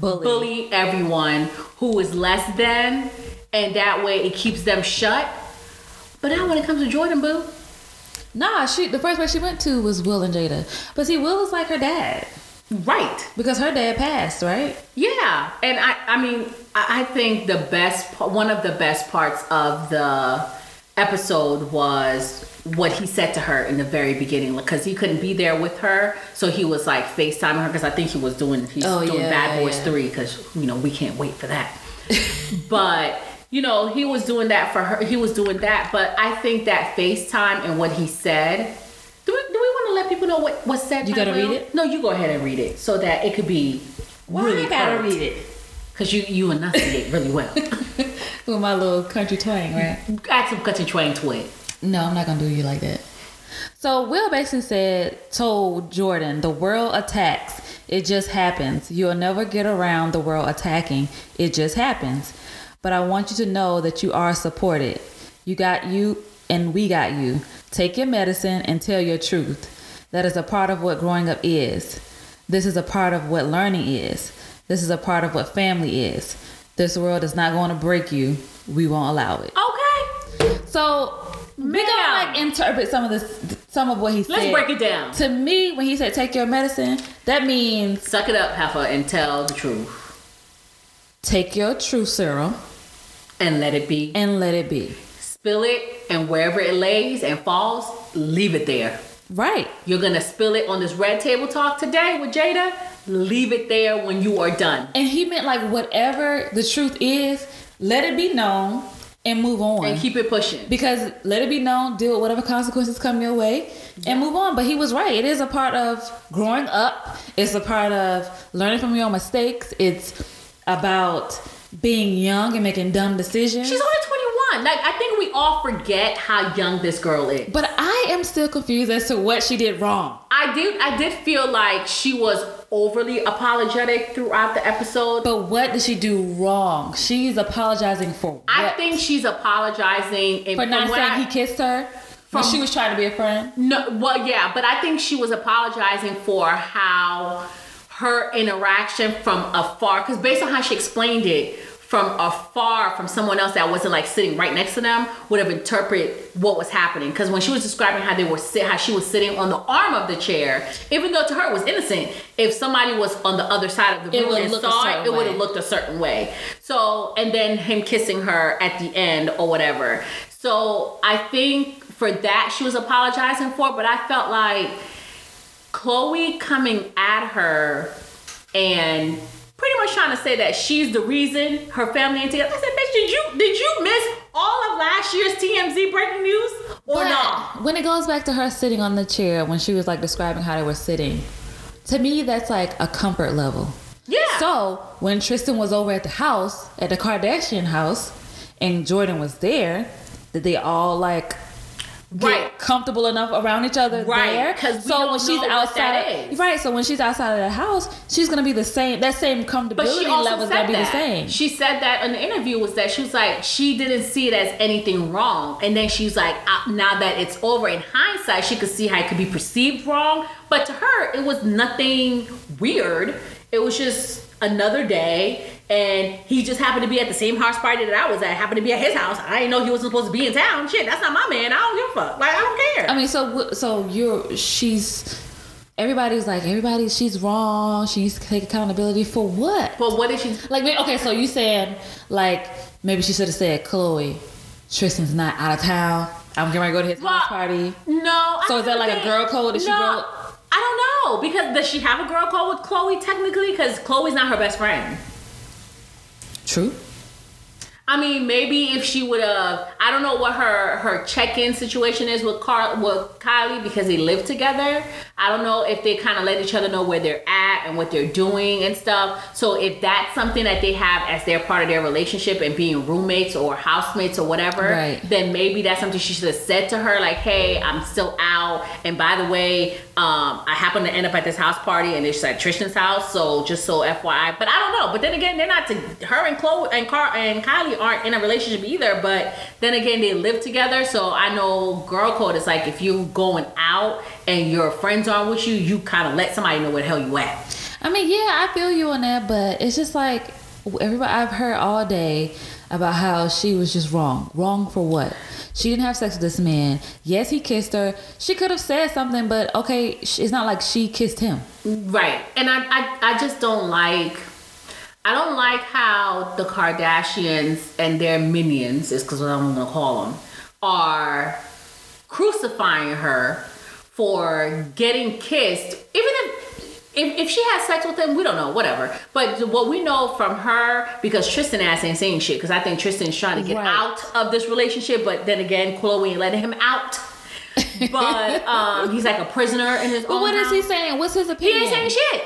Speaker 1: Bully.
Speaker 2: bully everyone who is less than, and that way it keeps them shut. But now when it comes to Jordan, boo,
Speaker 1: Nah, she the first place she went to was Will and Jada. But see, Will is like her dad
Speaker 2: right?
Speaker 1: because her dad passed, right?
Speaker 2: Yeah, and I, I mean, I, I think the best, pa- one of the best parts of the episode was what he said to her in the very beginning because he couldn't be there with her, so he was like FaceTiming her because I think he was doing he's
Speaker 1: Oh,
Speaker 2: doing
Speaker 1: yeah,
Speaker 2: Bad Boys
Speaker 1: yeah.
Speaker 2: Three because you know we can't wait for
Speaker 1: [LAUGHS]
Speaker 2: that. but you know he was doing that for her. He was doing that, but I think that FaceTime and what he said. Do we, do we want to let people know what was said?
Speaker 1: You
Speaker 2: by
Speaker 1: gotta read
Speaker 2: Will?
Speaker 1: it?
Speaker 2: No, you go ahead and read it so that it could be
Speaker 1: Why
Speaker 2: really
Speaker 1: I gotta
Speaker 2: current.
Speaker 1: read it?
Speaker 2: Cause you you enunciate
Speaker 1: [LAUGHS]
Speaker 2: really well.
Speaker 1: With my little country twang, right?
Speaker 2: Ask him cut your twang twig.
Speaker 1: No, I'm not gonna do you like that. So Will basically said, told Jordan, the world attacks. It just happens. You'll never get around the world attacking. It just happens. But I want you to know that you are supported. You got you and we got you. Take your medicine and tell your truth. That is a part of what growing up is. This is a part of what learning is. This is a part of what family is. This world is not going to break you. We won't allow it.
Speaker 2: Okay.
Speaker 1: So we gonna
Speaker 2: Ma'am.
Speaker 1: like interpret some of this, some of what he
Speaker 2: Let's
Speaker 1: said.
Speaker 2: break it down.
Speaker 1: To me, when he said take your medicine, that means
Speaker 2: Suck it up, Heifer, and tell the truth.
Speaker 1: take your true serum
Speaker 2: And let it be.
Speaker 1: and let it be.
Speaker 2: Spill it and wherever it lays and falls, leave it there.
Speaker 1: Right.
Speaker 2: You're gonna spill it on this red table talk today with Jada. Leave it there when you are done.
Speaker 1: And he meant like whatever the truth is, let it be known and move on.
Speaker 2: And keep it pushing.
Speaker 1: because let it be known, deal with whatever consequences come your way, and move on. But he was right. It is a part of growing up. It's a part of learning from your mistakes. It's about being young and making dumb decisions.
Speaker 2: She's only 21. Like I think we all forget how young this girl is.
Speaker 1: But I am still confused as to what she did wrong.
Speaker 2: I did I did feel like she was overly apologetic throughout the episode.
Speaker 1: But what did she do wrong? She's apologizing for what?
Speaker 2: I think she's apologizing and
Speaker 1: for not
Speaker 2: from what
Speaker 1: saying
Speaker 2: I-
Speaker 1: he kissed her when
Speaker 2: From-
Speaker 1: she was trying to be a friend.
Speaker 2: No, well, yeah, but I think she was apologizing for how her interaction from afar, because based on how she explained it, from afar, from someone else that wasn't like sitting right next to them, would have interpreted what was happening. Because when she was describing how they were sit, how she was sitting on the arm of the chair, even though to her it was innocent, if somebody was on the other side of the
Speaker 1: It
Speaker 2: room
Speaker 1: would
Speaker 2: and
Speaker 1: look a
Speaker 2: saw
Speaker 1: certain
Speaker 2: it, it would
Speaker 1: way.
Speaker 2: have looked a certain way. So, and then him kissing her at the end or whatever. So, I think for that she was apologizing for, but I felt like Chloe coming at her and pretty much trying to say that she's the reason her family ain't together. I said, bitch, did you did you miss all of last year's TMZ breaking news or
Speaker 1: But
Speaker 2: not?
Speaker 1: When it goes back to her sitting on the chair when she was like describing how they were sitting, to me that's like a comfort level.
Speaker 2: Yeah.
Speaker 1: So when Tristan was over at the house, at the Kardashian house, and Jordan was there, did they all like get
Speaker 2: Right.
Speaker 1: comfortable enough around each other
Speaker 2: Right,
Speaker 1: there.
Speaker 2: 'cause we
Speaker 1: so
Speaker 2: don't
Speaker 1: when she's
Speaker 2: know what that
Speaker 1: outside,
Speaker 2: is.
Speaker 1: right? So when she's outside of the house, she's gonna be the same. That same
Speaker 2: But she
Speaker 1: comfortability
Speaker 2: also
Speaker 1: level's
Speaker 2: said
Speaker 1: gonna be
Speaker 2: that.
Speaker 1: the same.
Speaker 2: She said that in the interview was that she was like she didn't see it as anything wrong, and then she's like uh, now that it's over in hindsight, she could see how it could be perceived wrong, but to her it was nothing weird. It was just another day, and he just happened to be at the same house party that I was at. Happened to be at his house. I didn't know he wasn't supposed to be in town. Shit, that's not my man. I don't give a fuck. Like I don't care.
Speaker 1: I mean, so w- so you're she's everybody's like everybody. She's wrong. She needs to take accountability for what?
Speaker 2: but what did she?
Speaker 1: Like wait, okay, so you saying like maybe she should have said Chloe, Tristan's not out of town. I'm getting ready to go to his
Speaker 2: Well,
Speaker 1: house party.
Speaker 2: No. I
Speaker 1: So is that
Speaker 2: don't
Speaker 1: like a
Speaker 2: think-
Speaker 1: girl code that she wrote?
Speaker 2: I don't know because does she have a girl code with Chloe technically? Because Chloe's not her best friend.
Speaker 1: True.
Speaker 2: I mean, maybe if she would have, I don't know what her her check in situation is with Carl with Kylie because they live together. I don't know if they kind of let each other know where they're at and what they're doing and stuff. So if that's something that they have as their part of their relationship and being roommates or housemates or whatever,
Speaker 1: Right.
Speaker 2: then maybe that's something she should have said to her, like, "Hey, I'm still out, and by the way, um, I happened to end up at this house party, and it's at Tristan's house, so just so FYI." But I don't know. But then again, they're not. To, her and Chloe and Car and Kylie aren't in a relationship either. But then again, they live together, so I know girl code is like if you going out and your friends aren't with you, you kind of let somebody know where the hell you at.
Speaker 1: I mean, yeah, I feel you on that, but it's just like everybody I've heard all day about how she was just wrong. Wrong for what? She didn't have sex with this man. Yes, he kissed her. She could have said something, but okay, sh- it's not like she kissed him.
Speaker 2: Right. And I I, I just don't like I don't like how the Kardashians and their minions, is because what I'm gonna call them, are crucifying her for getting kissed. Even if, if if she has sex with him, we don't know, whatever. But what we know from her, because Tristan ass ain't saying shit, because I think Tristan's trying to get
Speaker 1: Right.
Speaker 2: out of this relationship, but then again, Chloe ain't letting him
Speaker 1: [LAUGHS]
Speaker 2: out. But um, he's like a prisoner in his
Speaker 1: But
Speaker 2: own
Speaker 1: what is
Speaker 2: house.
Speaker 1: Uh-huh. he saying? What's his
Speaker 2: He
Speaker 1: opinion?
Speaker 2: ain't saying shit.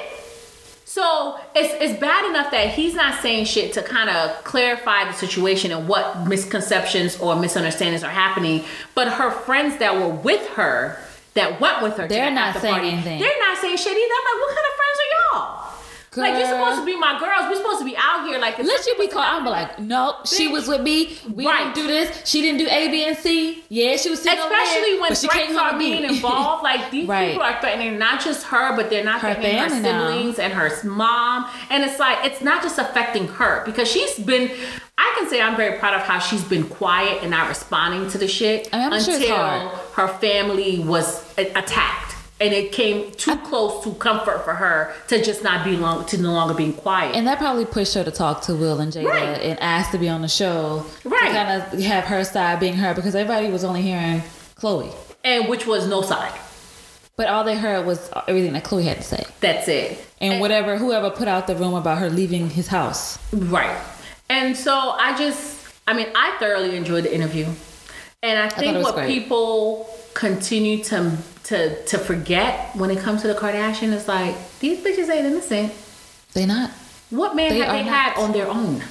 Speaker 2: So it's it's bad enough that he's not saying shit to kind of clarify the situation and what misconceptions or misunderstandings are happening. But her friends that were with her, that went with her, to
Speaker 1: They're
Speaker 2: the
Speaker 1: not
Speaker 2: after
Speaker 1: saying
Speaker 2: party,
Speaker 1: anything.
Speaker 2: They're not saying shit either. I'm like, what kind of friends are y'all? Like you're
Speaker 1: Girl.
Speaker 2: supposed to be my girls. We're supposed to be out here. Like if
Speaker 1: Let you
Speaker 2: something
Speaker 1: be
Speaker 2: was
Speaker 1: called. I'm
Speaker 2: happening-
Speaker 1: like, no, she
Speaker 2: Bitch.
Speaker 1: was with me. We
Speaker 2: Right.
Speaker 1: didn't do this. She didn't do A, B, and C. Yeah, she was sitting over there,
Speaker 2: Especially when
Speaker 1: but she came
Speaker 2: threats
Speaker 1: home
Speaker 2: are
Speaker 1: with me.
Speaker 2: being involved, like these
Speaker 1: Right.
Speaker 2: people are threatening not just her, but they're not
Speaker 1: Her
Speaker 2: threatening her
Speaker 1: family now.
Speaker 2: siblings and her s- mom. And it's like it's not just affecting her because she's been. I can say I'm very proud of how she's been quiet and not responding to the shit
Speaker 1: I mean, I'm sure
Speaker 2: until
Speaker 1: it's hard.
Speaker 2: her family was a- attacked. And it came too close to comfort for her to just not be long to no longer being
Speaker 1: [LAUGHS]
Speaker 2: quiet.
Speaker 1: And that probably pushed her to talk to Will and Jada
Speaker 2: Right.
Speaker 1: and ask to be on the show.
Speaker 2: Right.
Speaker 1: To kind of have her side being her because everybody was only hearing Chloe.
Speaker 2: and which was no side.
Speaker 1: But all they heard was everything that Chloe had to say.
Speaker 2: That's it.
Speaker 1: And, whatever, whoever put out the rumor about her leaving his house.
Speaker 2: Right. And so I just, I mean, I thoroughly enjoyed the interview. And I think
Speaker 1: it was
Speaker 2: what
Speaker 1: great.
Speaker 2: people continue to, to to forget when it comes to the Kardashian is like, these bitches ain't innocent.
Speaker 1: They not.
Speaker 2: What man
Speaker 1: They
Speaker 2: have
Speaker 1: are
Speaker 2: they
Speaker 1: not.
Speaker 2: had on their own?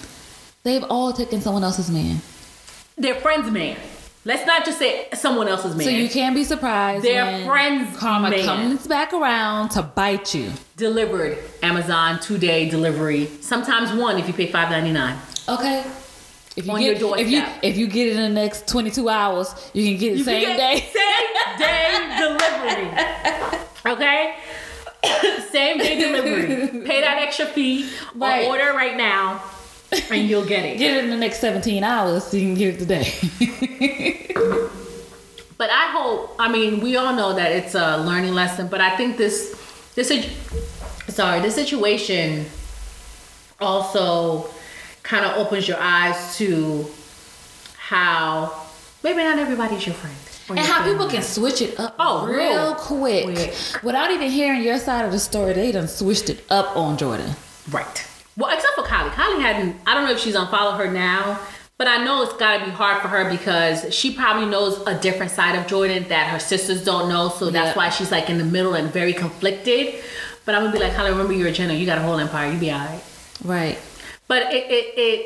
Speaker 1: They've all taken someone else's man.
Speaker 2: Their friend's man. Let's not just say someone else's man.
Speaker 1: So you can't be surprised.
Speaker 2: Their
Speaker 1: when
Speaker 2: friend's
Speaker 1: karma
Speaker 2: man.
Speaker 1: comes back around to bite you.
Speaker 2: Delivered Amazon two day delivery. Sometimes one if you pay five ninety nine.
Speaker 1: Okay. If you
Speaker 2: On
Speaker 1: get,
Speaker 2: your doorstep.
Speaker 1: if you if you get it in the next 22 hours, you can get it
Speaker 2: You
Speaker 1: same
Speaker 2: can
Speaker 1: day.
Speaker 2: get Same day delivery. Okay? [COUGHS] same day delivery. Pay that extra fee or
Speaker 1: Right.
Speaker 2: order right now and you'll get it.
Speaker 1: Get it in the next 17 hours so you can get it today.
Speaker 2: [LAUGHS] But I hope, I mean, we all know that it's a learning lesson, but I think this this situ- sorry, this situation also kind of opens your eyes to how maybe not everybody's your friend. or
Speaker 1: and
Speaker 2: your
Speaker 1: how
Speaker 2: family.
Speaker 1: people can switch it up
Speaker 2: Oh,
Speaker 1: real,
Speaker 2: real
Speaker 1: quick.
Speaker 2: quick.
Speaker 1: Without even hearing your side of the story, they done switched it up on Jordan.
Speaker 2: Right. Well, except for Kylie. Kylie hadn't. I don't know if she's unfollowed her now, but I know it's got to be hard for her because she probably knows a different side of Jordan that her sisters don't know. So that's
Speaker 1: Yeah.
Speaker 2: why she's like in the middle and very conflicted. But I'm gonna be like, Kylie, remember you're a Jenner. You got a whole empire. You be alright.
Speaker 1: Right.
Speaker 2: But it it it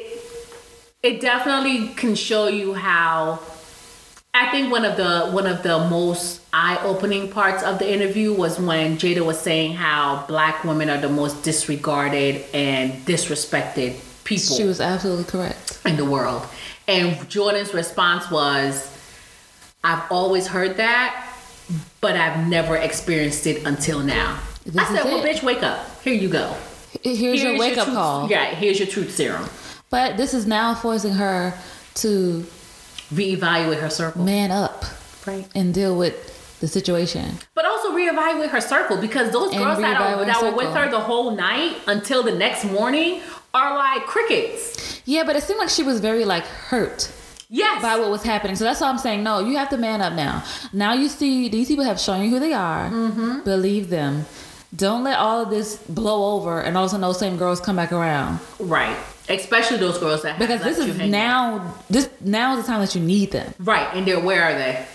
Speaker 2: it definitely can show you how I think one of the one of the most eye-opening parts of the interview was when Jada was saying how black women are the most disregarded and disrespected people
Speaker 1: She was absolutely correct.
Speaker 2: in the world. And Jordan's response was, I've always heard that, but I've never experienced it until now.
Speaker 1: This
Speaker 2: I said,
Speaker 1: is
Speaker 2: Well,
Speaker 1: it.
Speaker 2: bitch, wake up. Here you go.
Speaker 1: Here's, your wake up
Speaker 2: truth-
Speaker 1: call.
Speaker 2: Yeah, here's your truth serum.
Speaker 1: But this is now forcing her to
Speaker 2: Reevaluate her circle.
Speaker 1: man up
Speaker 2: Right.
Speaker 1: and deal with the situation.
Speaker 2: But also reevaluate her circle because those
Speaker 1: And
Speaker 2: girls that, are,
Speaker 1: reevaluate
Speaker 2: that were
Speaker 1: circle.
Speaker 2: with her the whole night until the next morning are like crickets.
Speaker 1: Yeah, but it seemed like she was very like hurt
Speaker 2: Yes.
Speaker 1: by what was happening. So that's why I'm saying no. You have to man up now. Now you see these people have shown you who they are. Believe them. Don't let all of this blow over and all of a sudden those same girls come back around
Speaker 2: right. Especially those girls that have
Speaker 1: because
Speaker 2: left
Speaker 1: this
Speaker 2: you
Speaker 1: is
Speaker 2: hanging.
Speaker 1: now this now is the time that you need them.
Speaker 2: Right, and then where are they?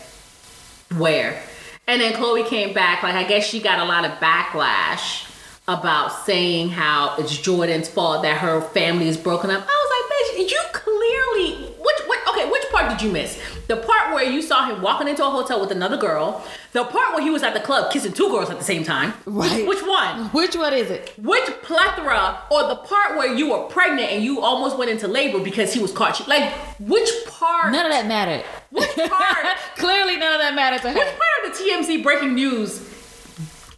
Speaker 2: Where? And then Chloe came back, like I guess she got a lot of backlash about saying how it's Jordan's fault that her family is broken up. I was like, bitch, you clearly which what okay, which part did you miss? The part where you saw him walking into a hotel with another girl, the part where he was at the club kissing two girls at the same time.
Speaker 1: Right.
Speaker 2: Which, which one?
Speaker 1: Uh, Which one is it?
Speaker 2: Which plethora or the part where you were pregnant and you almost went into labor because he was caught che- like which part
Speaker 1: None of that mattered.
Speaker 2: which part
Speaker 1: [LAUGHS] Clearly, none of that mattered to
Speaker 2: Which
Speaker 1: her.
Speaker 2: part of the TMZ breaking news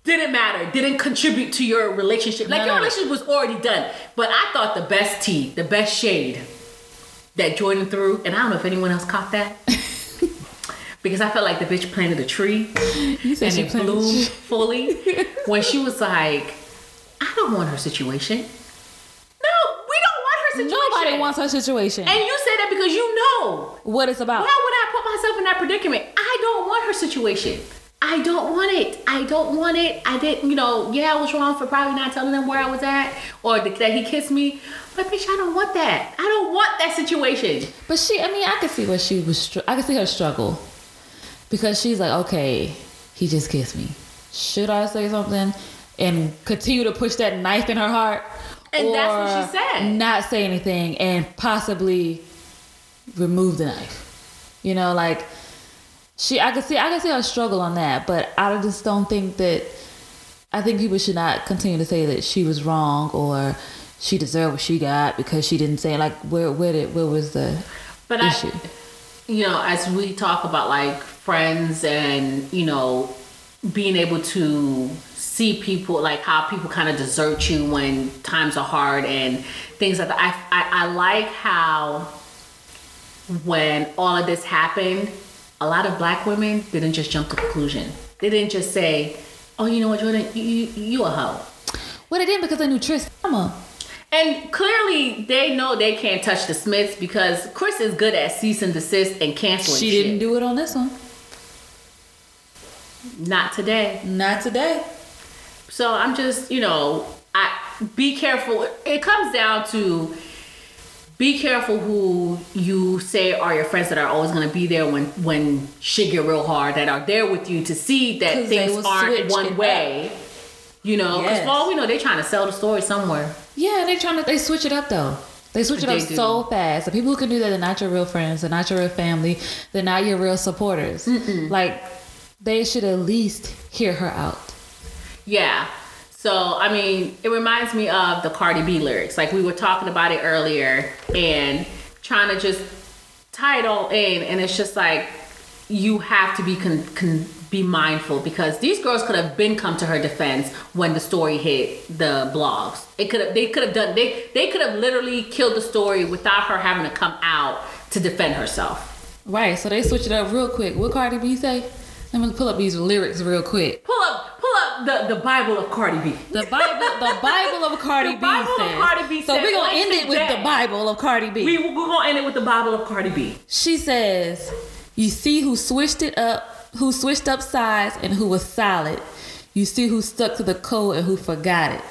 Speaker 2: didn't matter, didn't contribute to your relationship? Like,
Speaker 1: No, no,
Speaker 2: your
Speaker 1: no.
Speaker 2: relationship was already done. But I thought the best tea, the best shade that Jordan threw, and I don't know if anyone else caught
Speaker 1: [LAUGHS]
Speaker 2: that. Because I felt like the bitch planted a tree
Speaker 1: You said
Speaker 2: and
Speaker 1: she
Speaker 2: it
Speaker 1: planted
Speaker 2: bloomed
Speaker 1: you. [LAUGHS]
Speaker 2: fully. When she was like, I don't want her situation. No, we don't want her situation.
Speaker 1: Nobody wants her situation.
Speaker 2: And you say that because you know
Speaker 1: what it's about.
Speaker 2: why would I put myself in that predicament? I don't want her situation. I don't want it. I don't want it. I didn't, you know, yeah, I was wrong for probably not telling them where I was at or th- that he kissed me. But bitch, I don't want that. I don't want that situation.
Speaker 1: But she, I mean, I could see where she was. Str- I could see her struggle because she's like, okay, he just kissed me. Should I say something and continue to push that knife in her heart,
Speaker 2: And that's what she said.
Speaker 1: Not say anything and possibly remove the knife. You know, like she. I could see. I could see her struggle on that, but I just don't think that. I think people should not continue to say that she was wrong or she deserved what she got because she didn't say like where where did where was the
Speaker 2: But
Speaker 1: issue.
Speaker 2: I, you know, as we talk about like friends and, you know, being able to see people, like how people kind of desert you when times are hard and things like that. I, I, I like how when all of this happened, a lot of black women didn't just jump to conclusion. They didn't just say, oh, you know what, Jordan, you, you, you a hoe.
Speaker 1: Well, they didn't because they knew Tris. Mama.
Speaker 2: And clearly, they know they can't touch the Smiths because Chris is good at cease and desist and canceling.
Speaker 1: She
Speaker 2: shit.
Speaker 1: didn't do it on this one.
Speaker 2: Not today.
Speaker 1: Not today.
Speaker 2: So I'm just, you know, I be careful. It comes down to be careful who you say are your friends that are always going to be there when when shit get real hard. That are there with you to see
Speaker 1: 'Cause
Speaker 2: that
Speaker 1: they
Speaker 2: things
Speaker 1: will
Speaker 2: aren't
Speaker 1: switch it
Speaker 2: one
Speaker 1: up.
Speaker 2: way. You know, because
Speaker 1: Yes.
Speaker 2: for all we know, they're trying to sell the story somewhere.
Speaker 1: Yeah, they trying to they switch it up though. They switch it
Speaker 2: They
Speaker 1: up
Speaker 2: do.
Speaker 1: so fast. The people who can do that are not your real friends. They're not your real family. They're not your real supporters. Like they should at least hear her out.
Speaker 2: Yeah. So I mean, it reminds me of the Cardi B lyrics. Like we were talking about it earlier and trying to just tie it all in and it's just like you have to be con, con be mindful because these girls could have been come to her defense when the story hit the blogs. It could have they could have done they they could have literally killed the story without her having to come out to defend herself.
Speaker 1: Right. So they switch it up real quick. What Cardi B say? Let me pull up these lyrics real quick.
Speaker 2: Pull up pull up the, the Bible of Cardi B.
Speaker 1: The Bible, the Bible of Cardi
Speaker 2: [LAUGHS] The
Speaker 1: B
Speaker 2: Bible of
Speaker 1: says.
Speaker 2: Cardi B
Speaker 1: so
Speaker 2: says,
Speaker 1: we're gonna
Speaker 2: like
Speaker 1: end it with
Speaker 2: today.
Speaker 1: the Bible of Cardi B.
Speaker 2: We we're gonna end it with the Bible of Cardi B.
Speaker 1: She says, "You see who switched it up, who switched up sides, and who was solid. You see who stuck to the code and who forgot it.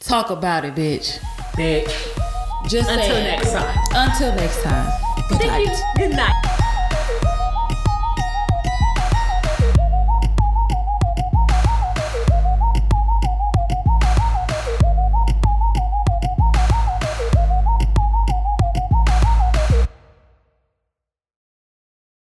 Speaker 1: Talk about it, bitch.
Speaker 2: bitch.
Speaker 1: Just
Speaker 2: Until
Speaker 1: saying.
Speaker 2: next time.
Speaker 1: Until next time. Good
Speaker 2: Thank
Speaker 1: night."
Speaker 2: you. Good night.